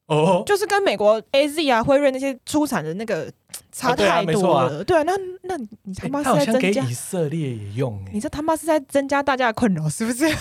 [SPEAKER 1] 哦，
[SPEAKER 2] 就是跟美国 A Z 啊、辉瑞那些出产的那个差太
[SPEAKER 1] 没错
[SPEAKER 2] 多
[SPEAKER 1] 啊
[SPEAKER 2] 了。对啊，那那你你他
[SPEAKER 1] 哎
[SPEAKER 2] 妈
[SPEAKER 1] 他好
[SPEAKER 2] 是在
[SPEAKER 1] 像给
[SPEAKER 2] 增加
[SPEAKER 1] 以，色列也用
[SPEAKER 2] 你这他妈是在增加大家的困扰，是不是？ 是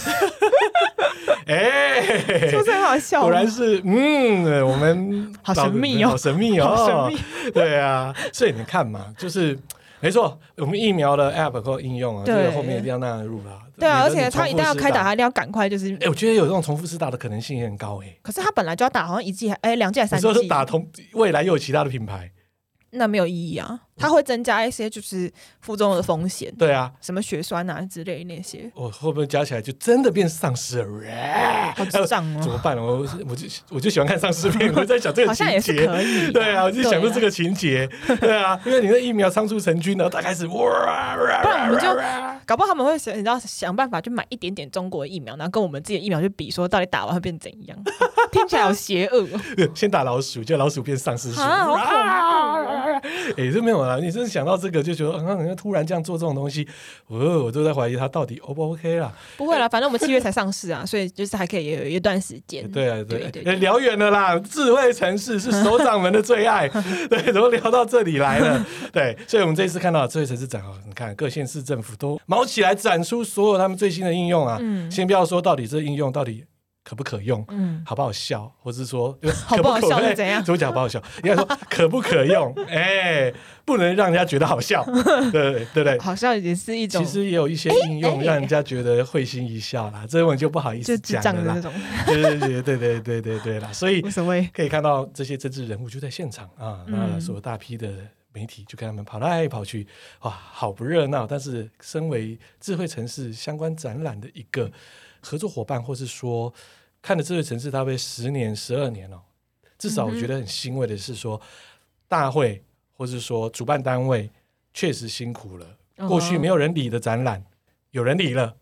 [SPEAKER 1] 哎，哎
[SPEAKER 2] 不是很好笑？
[SPEAKER 1] 果然是嗯，呃我们
[SPEAKER 2] 好神秘哦
[SPEAKER 1] 好神秘哦，
[SPEAKER 2] 好神秘。
[SPEAKER 1] 对啊，所以你看嘛，就是。没错，我们疫苗的 App 或应用啊，这
[SPEAKER 2] 对
[SPEAKER 1] 个后面一定要纳入啦。
[SPEAKER 2] 对啊，而
[SPEAKER 1] 免得
[SPEAKER 2] 且
[SPEAKER 1] 你重
[SPEAKER 2] 他
[SPEAKER 1] 复
[SPEAKER 2] 一旦要
[SPEAKER 1] 施
[SPEAKER 2] 开打，他一定要赶快，就是
[SPEAKER 1] 哎、我觉得有这种重复试打的可能性也很高哎、
[SPEAKER 2] 可是他本来就要打，好像一季还哎两季还
[SPEAKER 1] 你
[SPEAKER 2] 三
[SPEAKER 1] 说是
[SPEAKER 2] 季，
[SPEAKER 1] 打同未来又有其他的品牌，
[SPEAKER 2] 那没有意义啊。它会增加一些就是副作用的风险，
[SPEAKER 1] 对啊，
[SPEAKER 2] 什么血栓啊之类 那些，
[SPEAKER 1] 我会不会加起来就真的变丧尸了？哎
[SPEAKER 2] 好智障
[SPEAKER 1] 怎么
[SPEAKER 2] 哦，
[SPEAKER 1] 办呢？我我就我就喜欢看丧尸片，我就在想这个
[SPEAKER 2] 好
[SPEAKER 1] 情
[SPEAKER 2] 像也是
[SPEAKER 1] 节。
[SPEAKER 2] 可以。
[SPEAKER 1] 对啊，我就想
[SPEAKER 2] 对
[SPEAKER 1] 说
[SPEAKER 2] 啦
[SPEAKER 1] 这个情节，对啊，因为你那疫苗仓促成军，然后他开始哇，不
[SPEAKER 2] 不然我 们就搞不好他们会想，你知道想办法去买一点点中国疫苗，然后跟我们自己的疫苗去比，说到底打完会变怎样？ 听起来好邪恶哦，
[SPEAKER 1] 先打老鼠，就老鼠变丧尸鼠，
[SPEAKER 2] 啊好恐怖哦
[SPEAKER 1] 哇也是没有啦。你真的想到这个，就觉得啊，人家突然这样做这种东西，哦我我都在怀疑他到底 O 不 OK 啦。
[SPEAKER 2] 不会啦，反正我们七月才上市啊，所以就是还可以有一段时间。
[SPEAKER 1] 对啊，对
[SPEAKER 2] 嗯对
[SPEAKER 1] 啊
[SPEAKER 2] 对，
[SPEAKER 1] 哎聊远了啦。智慧城市是首长们的最 爱，对，怎么聊到这里来了？对，所以我们这一次看到的智慧城市展哦，你看各县市政府都毛起来展出所有他们最新的应用啊。
[SPEAKER 2] 嗯
[SPEAKER 1] 先不要说到底这应用到底可不可用，
[SPEAKER 2] 嗯，
[SPEAKER 1] 好不好笑，或是说呃
[SPEAKER 2] 好不好笑
[SPEAKER 1] 可可
[SPEAKER 2] 是怎样
[SPEAKER 1] 哎怎么讲不好笑？应该说可不可 用？哎，不能让人家觉得好笑，对对对对。
[SPEAKER 2] 好像也是一种
[SPEAKER 1] 其实也有一些应用
[SPEAKER 4] 哎
[SPEAKER 1] 让人家觉得会心一笑啦，这我就不好意
[SPEAKER 2] 就
[SPEAKER 1] 思
[SPEAKER 2] 智
[SPEAKER 1] 讲
[SPEAKER 2] 障的
[SPEAKER 1] 了啦。
[SPEAKER 2] 那种，
[SPEAKER 1] 对对对对对对对对啦，所以
[SPEAKER 2] 无所谓。
[SPEAKER 1] 可以看到这些政治人物就在现场啊，那
[SPEAKER 2] 嗯
[SPEAKER 1] 所有大批的媒体就跟他们跑来跑去，哇，好不热闹。但是，身为智慧城市相关展览的一个合作伙伴，或是说看了智慧城市大会十年、十二年哦，至少我觉得很欣慰的是说，大会或是说主办单位确实辛苦了。过去没有人理的展览，有人理了，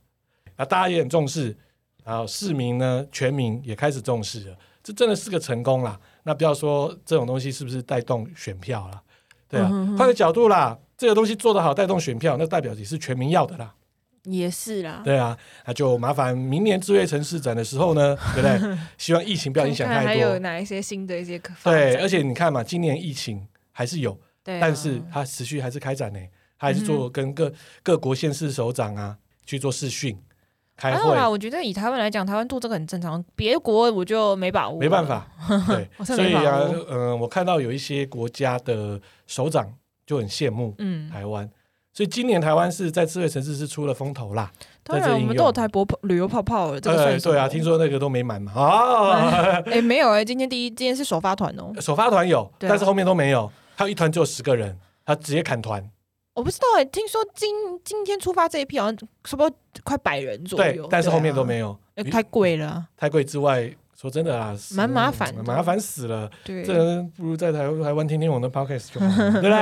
[SPEAKER 1] 啊，大家也很重视，然后市民呢，全民也开始重视了，这真的是个成功啦。那不要说这种东西是不是带动选票啦，对
[SPEAKER 2] 嗯
[SPEAKER 1] 啊，换个角度啦，这个东西做得好，带动选票，那代表也是全民要的啦，
[SPEAKER 2] 也是啦，
[SPEAKER 1] 对啊，那就麻烦明年智慧城市展的时候呢，对不 对？希望疫情不要影响
[SPEAKER 2] 看看
[SPEAKER 1] 太
[SPEAKER 2] 还有
[SPEAKER 1] 多，
[SPEAKER 2] 哪一些新的一些可发展
[SPEAKER 1] 对，而且你看嘛，今年疫情还是有，
[SPEAKER 2] 对啊嗯
[SPEAKER 1] 但是它持续还是开展呢、它还是做跟各、各国县市首长啊去做视讯开
[SPEAKER 5] 还有
[SPEAKER 1] 会，
[SPEAKER 5] 啦，我觉得以台湾来讲，台湾做这个很正常，别国我就没把握，
[SPEAKER 1] 没办。 法，对，
[SPEAKER 2] 我真的
[SPEAKER 1] 所
[SPEAKER 2] 没哦
[SPEAKER 1] 以
[SPEAKER 2] 把
[SPEAKER 1] 啊
[SPEAKER 2] 握，
[SPEAKER 1] 嗯、我看到有一些国家的首长就很羡慕
[SPEAKER 5] 嗯，
[SPEAKER 1] 台湾，所以今年台湾是在智慧城市是出了风头啦。
[SPEAKER 2] 当
[SPEAKER 1] 在这
[SPEAKER 2] 然我
[SPEAKER 1] 应
[SPEAKER 2] 们
[SPEAKER 1] 用
[SPEAKER 2] 都有台博泡旅游泡泡了，这个
[SPEAKER 1] 呃，
[SPEAKER 2] 算什么
[SPEAKER 1] 对啊，听说那个都没满嘛， 啊，
[SPEAKER 2] 哎没有哎，今天第一，今天是首发团哦，
[SPEAKER 1] 首发团有，
[SPEAKER 2] 对啊
[SPEAKER 1] 但是后面都没有，还有一团只有十个人，他直接砍团，
[SPEAKER 2] 我不知道哎，听说今今天出发这一批好像差不多快百人左
[SPEAKER 1] 对
[SPEAKER 2] 右，，
[SPEAKER 1] 但是后面都
[SPEAKER 2] 有。
[SPEAKER 1] 没有，
[SPEAKER 2] 呃太贵了啊，
[SPEAKER 1] 太贵之外，说真的啊，
[SPEAKER 2] 蛮麻
[SPEAKER 1] 嗯
[SPEAKER 2] 烦的
[SPEAKER 1] 麻烦死了。
[SPEAKER 2] 对，
[SPEAKER 1] 这人不如在台台湾听听我们的 podcast 就好 了，对不对？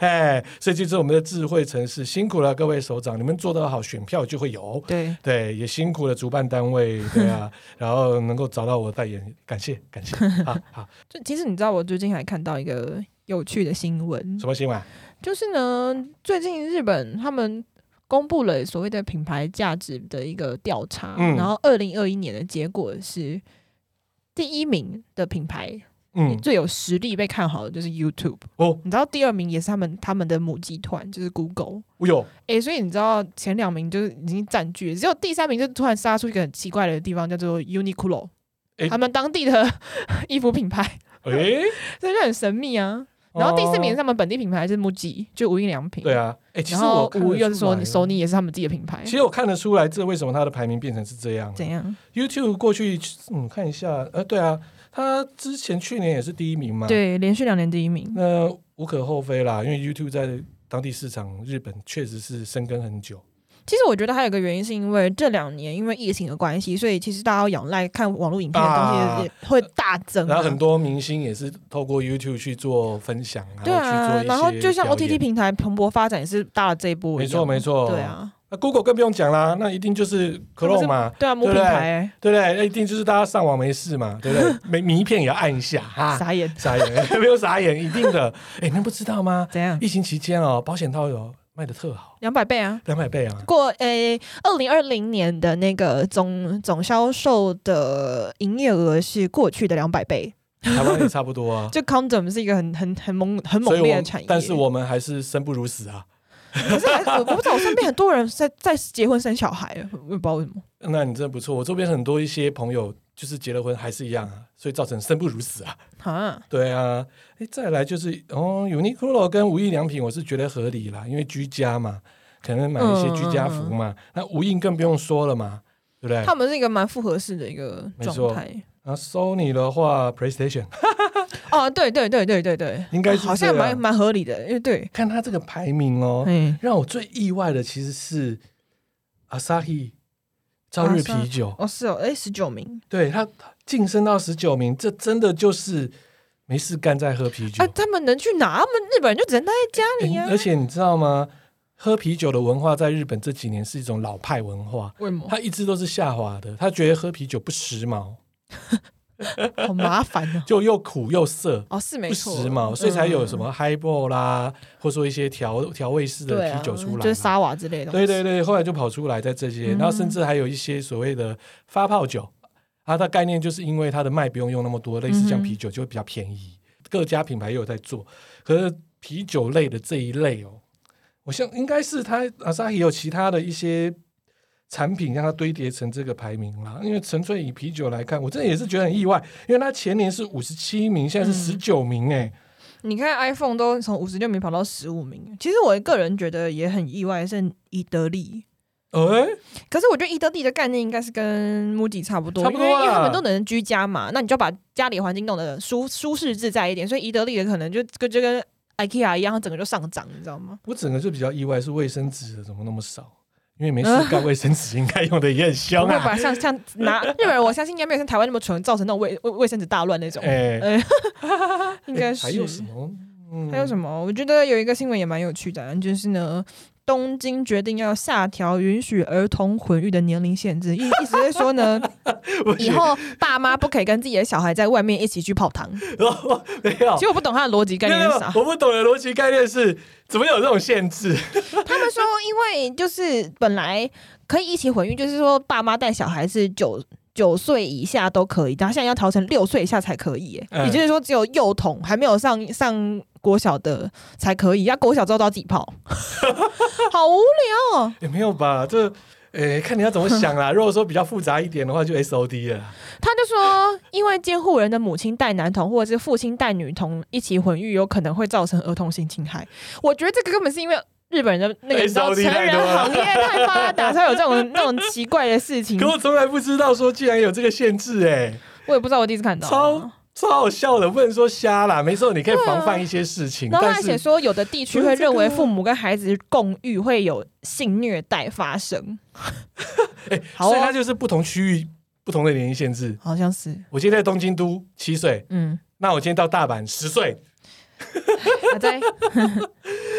[SPEAKER 1] 哎，所以这是我们的智慧城市，辛苦了各位首长，你们做得好，选票就会有。
[SPEAKER 2] 对，
[SPEAKER 1] 对，也辛苦了主办单位，对 啊，然后能够找到我代言，感谢感谢。好好，
[SPEAKER 2] 就其实你知道，我最近还看到一个有趣的新闻
[SPEAKER 1] 什，么新闻？
[SPEAKER 2] 就是呢，最近日本他们公布了所谓的品牌价值的一个调查，
[SPEAKER 1] 嗯
[SPEAKER 2] 然后二零二一年的结果是。第一名的品牌
[SPEAKER 1] 嗯，
[SPEAKER 2] 最有实力被看好的就是 YouTube，
[SPEAKER 1] 哦，
[SPEAKER 2] 你知道第二名也是他们他们的母集团就是 Google，
[SPEAKER 1] 我有，
[SPEAKER 2] 诶、所以你知道前两名就是已经占据了，只有第三名就突然杀出一个很奇怪的地方叫做 Uniqlo，、
[SPEAKER 1] 诶
[SPEAKER 2] 他们当地的 衣服品牌，
[SPEAKER 1] 诶，
[SPEAKER 2] 所以就很神秘啊。然后第四名是
[SPEAKER 1] 哦
[SPEAKER 2] 他们本地品牌是 MUJI，就无印良品。
[SPEAKER 1] 对。啊，哎，其
[SPEAKER 2] 然
[SPEAKER 1] 实我
[SPEAKER 2] 后
[SPEAKER 1] 看得
[SPEAKER 2] 五又是
[SPEAKER 1] 出
[SPEAKER 2] 说
[SPEAKER 1] 来
[SPEAKER 2] Sony 也是他们自己的品牌
[SPEAKER 1] 其，实我看得出来，这为什么它的排名变成是这样？
[SPEAKER 2] 怎样？
[SPEAKER 1] YouTube 过去，嗯，看一下，呃，对啊，它之前去年也是第一名嘛，
[SPEAKER 2] 对，连续两年第一名。
[SPEAKER 1] 那无可厚非啦，因为 YouTube 在当地市场，日本确实是深耕很久。
[SPEAKER 2] 其实我觉得还有一个原因，是因为这两年因为疫情的关系，所以其实大家仰赖看网络影片的
[SPEAKER 1] 啊
[SPEAKER 2] 东西也会大增、啊。
[SPEAKER 1] 然后很多明星也是透过 YouTube 去做分享，
[SPEAKER 2] 对啊，然
[SPEAKER 1] 然
[SPEAKER 2] 后
[SPEAKER 1] 后去做一些
[SPEAKER 2] 就像
[SPEAKER 1] 表演
[SPEAKER 2] OTT 平台蓬勃发展也是搭了这一波一
[SPEAKER 1] 没
[SPEAKER 2] 样。
[SPEAKER 1] 错没错，
[SPEAKER 2] 对。啊，
[SPEAKER 1] 那 Google 更不用讲啦，那一定就是 Chrome 嘛，
[SPEAKER 2] 对啊，母
[SPEAKER 1] 对
[SPEAKER 2] 品
[SPEAKER 1] 不对
[SPEAKER 2] 牌、欸、
[SPEAKER 1] 对不对？那一定就是大家上网没事嘛，对不对？没名片也要按一下哈，
[SPEAKER 2] 傻眼，
[SPEAKER 1] 傻眼，没有傻眼，一定的。哎，你们不知道吗？
[SPEAKER 2] 怎样？
[SPEAKER 1] 疫情期间哦，保险套有卖的特好，
[SPEAKER 2] 两百倍啊！
[SPEAKER 1] 两百倍啊。
[SPEAKER 2] 过诶，二零二零年的那个总总销售的营业额是过去的两百倍，
[SPEAKER 1] 台湾也差不多
[SPEAKER 2] 。
[SPEAKER 1] 啊
[SPEAKER 2] 就 condom 是一个很很很猛很
[SPEAKER 1] 所以
[SPEAKER 2] 猛
[SPEAKER 1] 我
[SPEAKER 2] 烈的
[SPEAKER 1] 们
[SPEAKER 2] 产业。
[SPEAKER 1] 但是我们还是生不如死啊。
[SPEAKER 2] 可是还我我不知道，我身边很多人在在结婚生小孩，我也不知道为什么。
[SPEAKER 1] 那你真的不错，我周边很多一些朋友就是结了婚还是一样啊，所以造成生不如死啊。
[SPEAKER 2] 啊，
[SPEAKER 1] 对啊，哎，再来就是哦，Uniqlo 跟无印良品，我是觉得合理啦，因为居家嘛，可能买一些居家服嘛。那无印更不用说了嘛，对不对？
[SPEAKER 2] 嗯他们是一个蛮复合式的一个
[SPEAKER 1] 哎没错
[SPEAKER 2] 状态。
[SPEAKER 1] 然后 Sony 的话，PlayStation
[SPEAKER 2] 哦，对对对对对对，
[SPEAKER 1] 应该是
[SPEAKER 2] 好
[SPEAKER 1] 这
[SPEAKER 2] 像
[SPEAKER 1] 样
[SPEAKER 2] 蛮蛮合理的，因为对，
[SPEAKER 1] 看它这个排名哦，
[SPEAKER 2] 嗯，
[SPEAKER 1] 让我最意外的其实是 Asahi 朝日啤酒。
[SPEAKER 2] 哦是哦，哎，十九名，
[SPEAKER 1] 对他晋升到十九名，这真的就是没事干在喝啤酒。
[SPEAKER 2] 啊，他们能去哪？他们日本人就只能待在家里
[SPEAKER 1] 诶
[SPEAKER 2] 啊。
[SPEAKER 1] 而且你知道吗？喝啤酒的文化在日本这几年是一种老派文化，
[SPEAKER 2] 为什么？
[SPEAKER 1] 它一直都是下滑的。他觉得喝啤酒不时髦，
[SPEAKER 2] 好麻烦哦。
[SPEAKER 1] 就又苦又涩，
[SPEAKER 2] 哦，是没
[SPEAKER 1] 不
[SPEAKER 2] 错，嗯
[SPEAKER 1] 时髦，所以才有什么 highball 啦，或者说一些调调味式的
[SPEAKER 2] 对啊
[SPEAKER 1] 啤酒出来啦，
[SPEAKER 2] 就是沙瓦之类的东
[SPEAKER 1] 对
[SPEAKER 2] 西。
[SPEAKER 1] 对对，后来就跑出来在这些，然后甚至还有一些所谓的发泡酒，啊它的概念就是因为它的麦不用用那么多，类似像啤酒就会比较便宜，各家品牌也有在做。可是啤酒类的这一类哦，我像应该是它阿萨也有其他的一些产品让它堆叠成这个排名啦。因为纯粹以啤酒来看，我真的也是觉得很意外，因为它前年是五十七名，现在是十九名哎、
[SPEAKER 2] 你看 iPhone 都从五十六名跑到十五名，其实我个人觉得也很意外，是伊德利。
[SPEAKER 1] 哎、
[SPEAKER 2] 可是我觉得伊德利的概念应该是跟 MUJI 差不多，
[SPEAKER 1] 差不多啊
[SPEAKER 2] 因
[SPEAKER 1] 啦
[SPEAKER 2] 为因为他们都能居家嘛，那你就把家里环境弄得舒舒适自在一点，所以伊德利的可能就跟就跟 IKEA 一样，它整个就上涨，你知道吗？
[SPEAKER 1] 我整个就比较意外，是卫生纸怎么那么少？因为没事干，卫生纸应该用的也很
[SPEAKER 2] 不
[SPEAKER 1] 凶
[SPEAKER 2] 会
[SPEAKER 1] 啊。
[SPEAKER 2] 吧？像像 拿日本人，我相信应该没有像台湾那么蠢，造成那种卫卫卫生纸大乱那种，
[SPEAKER 1] 哎，
[SPEAKER 2] 呃应该是。
[SPEAKER 1] 还有什么？嗯
[SPEAKER 2] 还有什
[SPEAKER 1] 么？
[SPEAKER 2] 么？我觉得有一个新闻也蛮有趣的，啊就是呢，东京决定要下调允许儿童混浴的年龄限制，意意思是说 呢，以后爸妈不可以跟自己的小孩在外面一起去泡汤。
[SPEAKER 1] 没有
[SPEAKER 2] 其实我不懂他的逻辑概
[SPEAKER 1] 哦没
[SPEAKER 2] 念是
[SPEAKER 1] 有，
[SPEAKER 2] 啥。
[SPEAKER 1] 我不懂的逻辑概念是怎么有这种限制？
[SPEAKER 2] 他们说，因为就是本来可以一起混浴，就是说爸妈带小孩是九。九岁以下都可以，但现在要调成六岁以下才可以耶、
[SPEAKER 1] 嗯
[SPEAKER 2] 也就是说只有幼童还没有上上国小的才可以，要国小之后都要自己泡， 好无聊哦。
[SPEAKER 1] 也没有吧？这。哎，看你要怎么想 啦。如果说比较复杂一点的话，就 S O D 了。
[SPEAKER 2] 他就说，因为监护人的母亲带男童或者是父亲带女童一起混浴，有可能会造成儿童性侵害。我觉得这个根本是因为日本人的那个你知道
[SPEAKER 1] SOD
[SPEAKER 2] 成人行业哎太发达，才有这种那种奇怪的事 情
[SPEAKER 1] 可。我从来不知道说竟然有这个限制，哎，
[SPEAKER 2] 我也不知道，我第一次看到。啊
[SPEAKER 1] 超超好笑的。不能说瞎啦，没错，你可以防范一些事情，
[SPEAKER 2] 啊然后
[SPEAKER 1] 但
[SPEAKER 2] 他还写
[SPEAKER 1] 是
[SPEAKER 2] 说，有的地区会
[SPEAKER 1] 不是这个
[SPEAKER 2] 认为父母跟孩子共浴会有性虐待发生，
[SPEAKER 1] 哎，
[SPEAKER 2] 好哦
[SPEAKER 1] 所以它就是不同区域不同的年龄限制。
[SPEAKER 2] 好像是，
[SPEAKER 1] 我今天在东京都七岁，
[SPEAKER 2] 嗯，
[SPEAKER 1] 那我今天到大阪十岁，
[SPEAKER 2] 还 在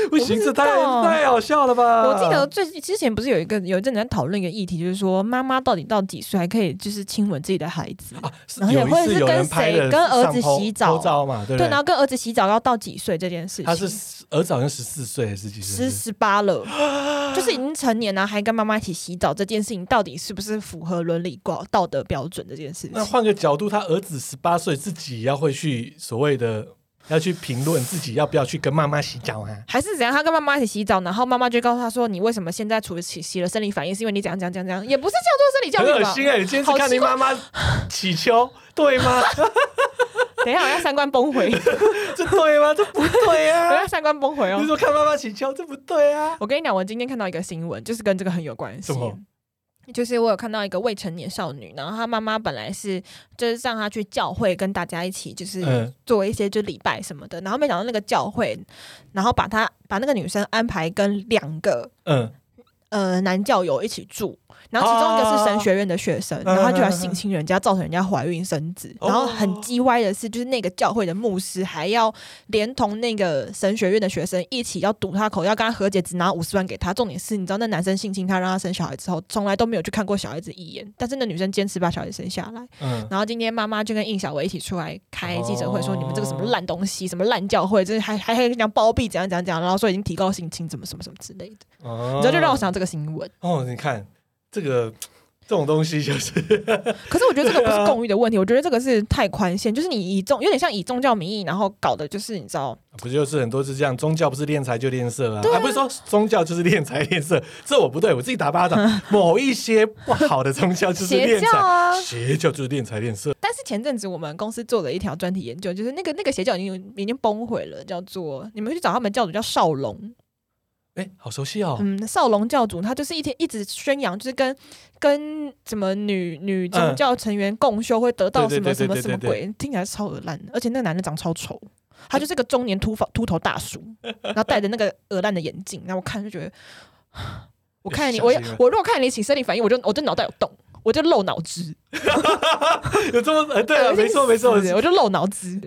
[SPEAKER 1] 不行，
[SPEAKER 2] 我不
[SPEAKER 1] 这
[SPEAKER 2] 知
[SPEAKER 1] 太
[SPEAKER 2] 道
[SPEAKER 1] 太好笑了吧？
[SPEAKER 2] 我记得最之前不是有一个有一阵子在讨论一个议题，就是说妈妈到底到几岁还可以就是亲吻自己的孩子？
[SPEAKER 1] 啊，是
[SPEAKER 2] 然后也
[SPEAKER 1] 有一
[SPEAKER 2] 会是
[SPEAKER 1] 次有
[SPEAKER 2] 跟
[SPEAKER 1] 人拍
[SPEAKER 2] 谁
[SPEAKER 1] 了
[SPEAKER 2] 跟儿子
[SPEAKER 1] 上
[SPEAKER 2] 洗
[SPEAKER 1] 剖
[SPEAKER 2] 澡
[SPEAKER 1] 剖照嘛，对不
[SPEAKER 2] 对，然后跟儿子洗澡要到几岁这件事情，
[SPEAKER 1] 他是十儿子好像十四岁还是几岁？
[SPEAKER 2] 十十 八了，就是已经成年了，啊还跟妈妈一起洗澡这件事情，到底是不是符合伦理道道德标准这件事
[SPEAKER 1] 那
[SPEAKER 2] 情？
[SPEAKER 1] 换个角度，他儿子十八岁，自己要会去所谓的要去评论自己要不要去跟妈妈洗澡啊？
[SPEAKER 2] 还是怎样？他跟妈妈一起洗澡，然后妈妈就告诉他说：“你为什么现在处于起洗了生理反应，是因为你怎样怎样怎样怎样？也不是叫做
[SPEAKER 1] 很
[SPEAKER 2] 生理
[SPEAKER 1] 恶
[SPEAKER 2] 教育
[SPEAKER 1] 心
[SPEAKER 2] 吧？
[SPEAKER 1] 哎、你今天是看你妈妈乞求，对吗？
[SPEAKER 2] 等一下，我要三观崩 毁，
[SPEAKER 1] 这对吗？这不对
[SPEAKER 2] 我
[SPEAKER 1] 啊
[SPEAKER 2] 要！三观崩毁哦
[SPEAKER 1] 你！说看妈妈乞求，这不对啊！
[SPEAKER 2] 我跟你讲，我今天看到一个新闻，就是跟这个很有关系
[SPEAKER 1] 什么。
[SPEAKER 2] 就是我有看到一个未成年少女，然后她妈妈本来是就是让她去教会跟大家一起就是
[SPEAKER 1] 嗯
[SPEAKER 2] 做一些就礼拜什么的，然后没想到那个教会，然后把她把那个女生安排跟两个
[SPEAKER 1] 嗯，
[SPEAKER 2] 呃男教友一起住，然后其中一个是神学院的学生，然后她就要性侵人家，造成人家怀孕生子，
[SPEAKER 1] 哦
[SPEAKER 2] 然后很鸡歪的是，就是那个教会的牧师还要连同那个神学院的学生一起要堵他口，要跟他和解，只拿五十万给他。重点是，你知道那男生性侵她，让她生小孩之后，从来都没有去看过小孩子一眼，但是那女生坚持把小孩生下来。
[SPEAKER 1] 嗯，
[SPEAKER 2] 然后今天妈妈就跟应小薇一起出来开记者会，说
[SPEAKER 1] 哦
[SPEAKER 2] 你们这个什么烂东西，什么烂教会，就是还还还讲包庇怎样怎样怎样，然后说已经提高性侵，怎么什么什么之类的。
[SPEAKER 1] 哦
[SPEAKER 2] 你知道，就让我想到这个新闻。
[SPEAKER 1] 哦，你看这个这种东西就是
[SPEAKER 2] 可是我觉得这个不是共育的问题，我觉得这个是太宽限，就是你以宗有点像以宗教名义，然后搞的就是你知道，
[SPEAKER 1] 不就是很多是这样，宗教不是练财就练色啊，他、不是说宗教就是练财练色，这我不对，我自己打巴掌。 某一些不好的宗教就是
[SPEAKER 2] 邪
[SPEAKER 1] 练
[SPEAKER 2] 教
[SPEAKER 1] 财，
[SPEAKER 2] 啊。
[SPEAKER 1] 邪教就是练财练色。
[SPEAKER 2] 但是前阵子我们公司做了一条专题研究，就是那个那个邪教已经已经崩毁了，叫做你们去找他们教主叫少龙，
[SPEAKER 1] 哎、好熟悉哦，
[SPEAKER 2] 嗯，少龙教主他就是一天一直宣扬，就是跟跟什么女女宗教成员共修会得到
[SPEAKER 1] 嗯对
[SPEAKER 2] 什
[SPEAKER 1] 对
[SPEAKER 2] 么
[SPEAKER 1] 对
[SPEAKER 2] 什么
[SPEAKER 1] 对
[SPEAKER 2] 什
[SPEAKER 1] 对
[SPEAKER 2] 么
[SPEAKER 1] 对
[SPEAKER 2] 鬼，听起来超恶烂的，而且那个男的长超丑。他就是个中年秃发秃头大 叔，然后戴着那个鹅烂的眼镜，然后我看就觉得， 我看你，我
[SPEAKER 1] 小心了
[SPEAKER 2] 我如果看你起生理反应，我就我就脑袋有洞，我就漏脑汁，
[SPEAKER 1] 有这么呃，对了，
[SPEAKER 2] 恶心
[SPEAKER 1] 没错没错
[SPEAKER 2] 死了我就漏脑汁。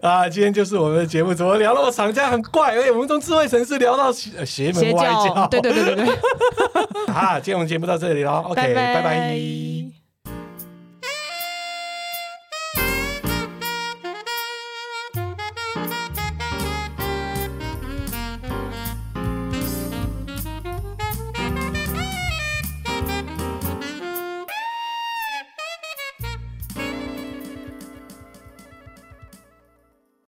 [SPEAKER 1] 啊，今天就是我们的节目，怎么聊那么长，这样很怪。哎、我们从智慧城市聊到邪呃邪 门
[SPEAKER 2] 邪
[SPEAKER 1] 歪教，
[SPEAKER 2] 教，对对对对对，
[SPEAKER 1] 啊，今天我们节目到这里了，OK，拜拜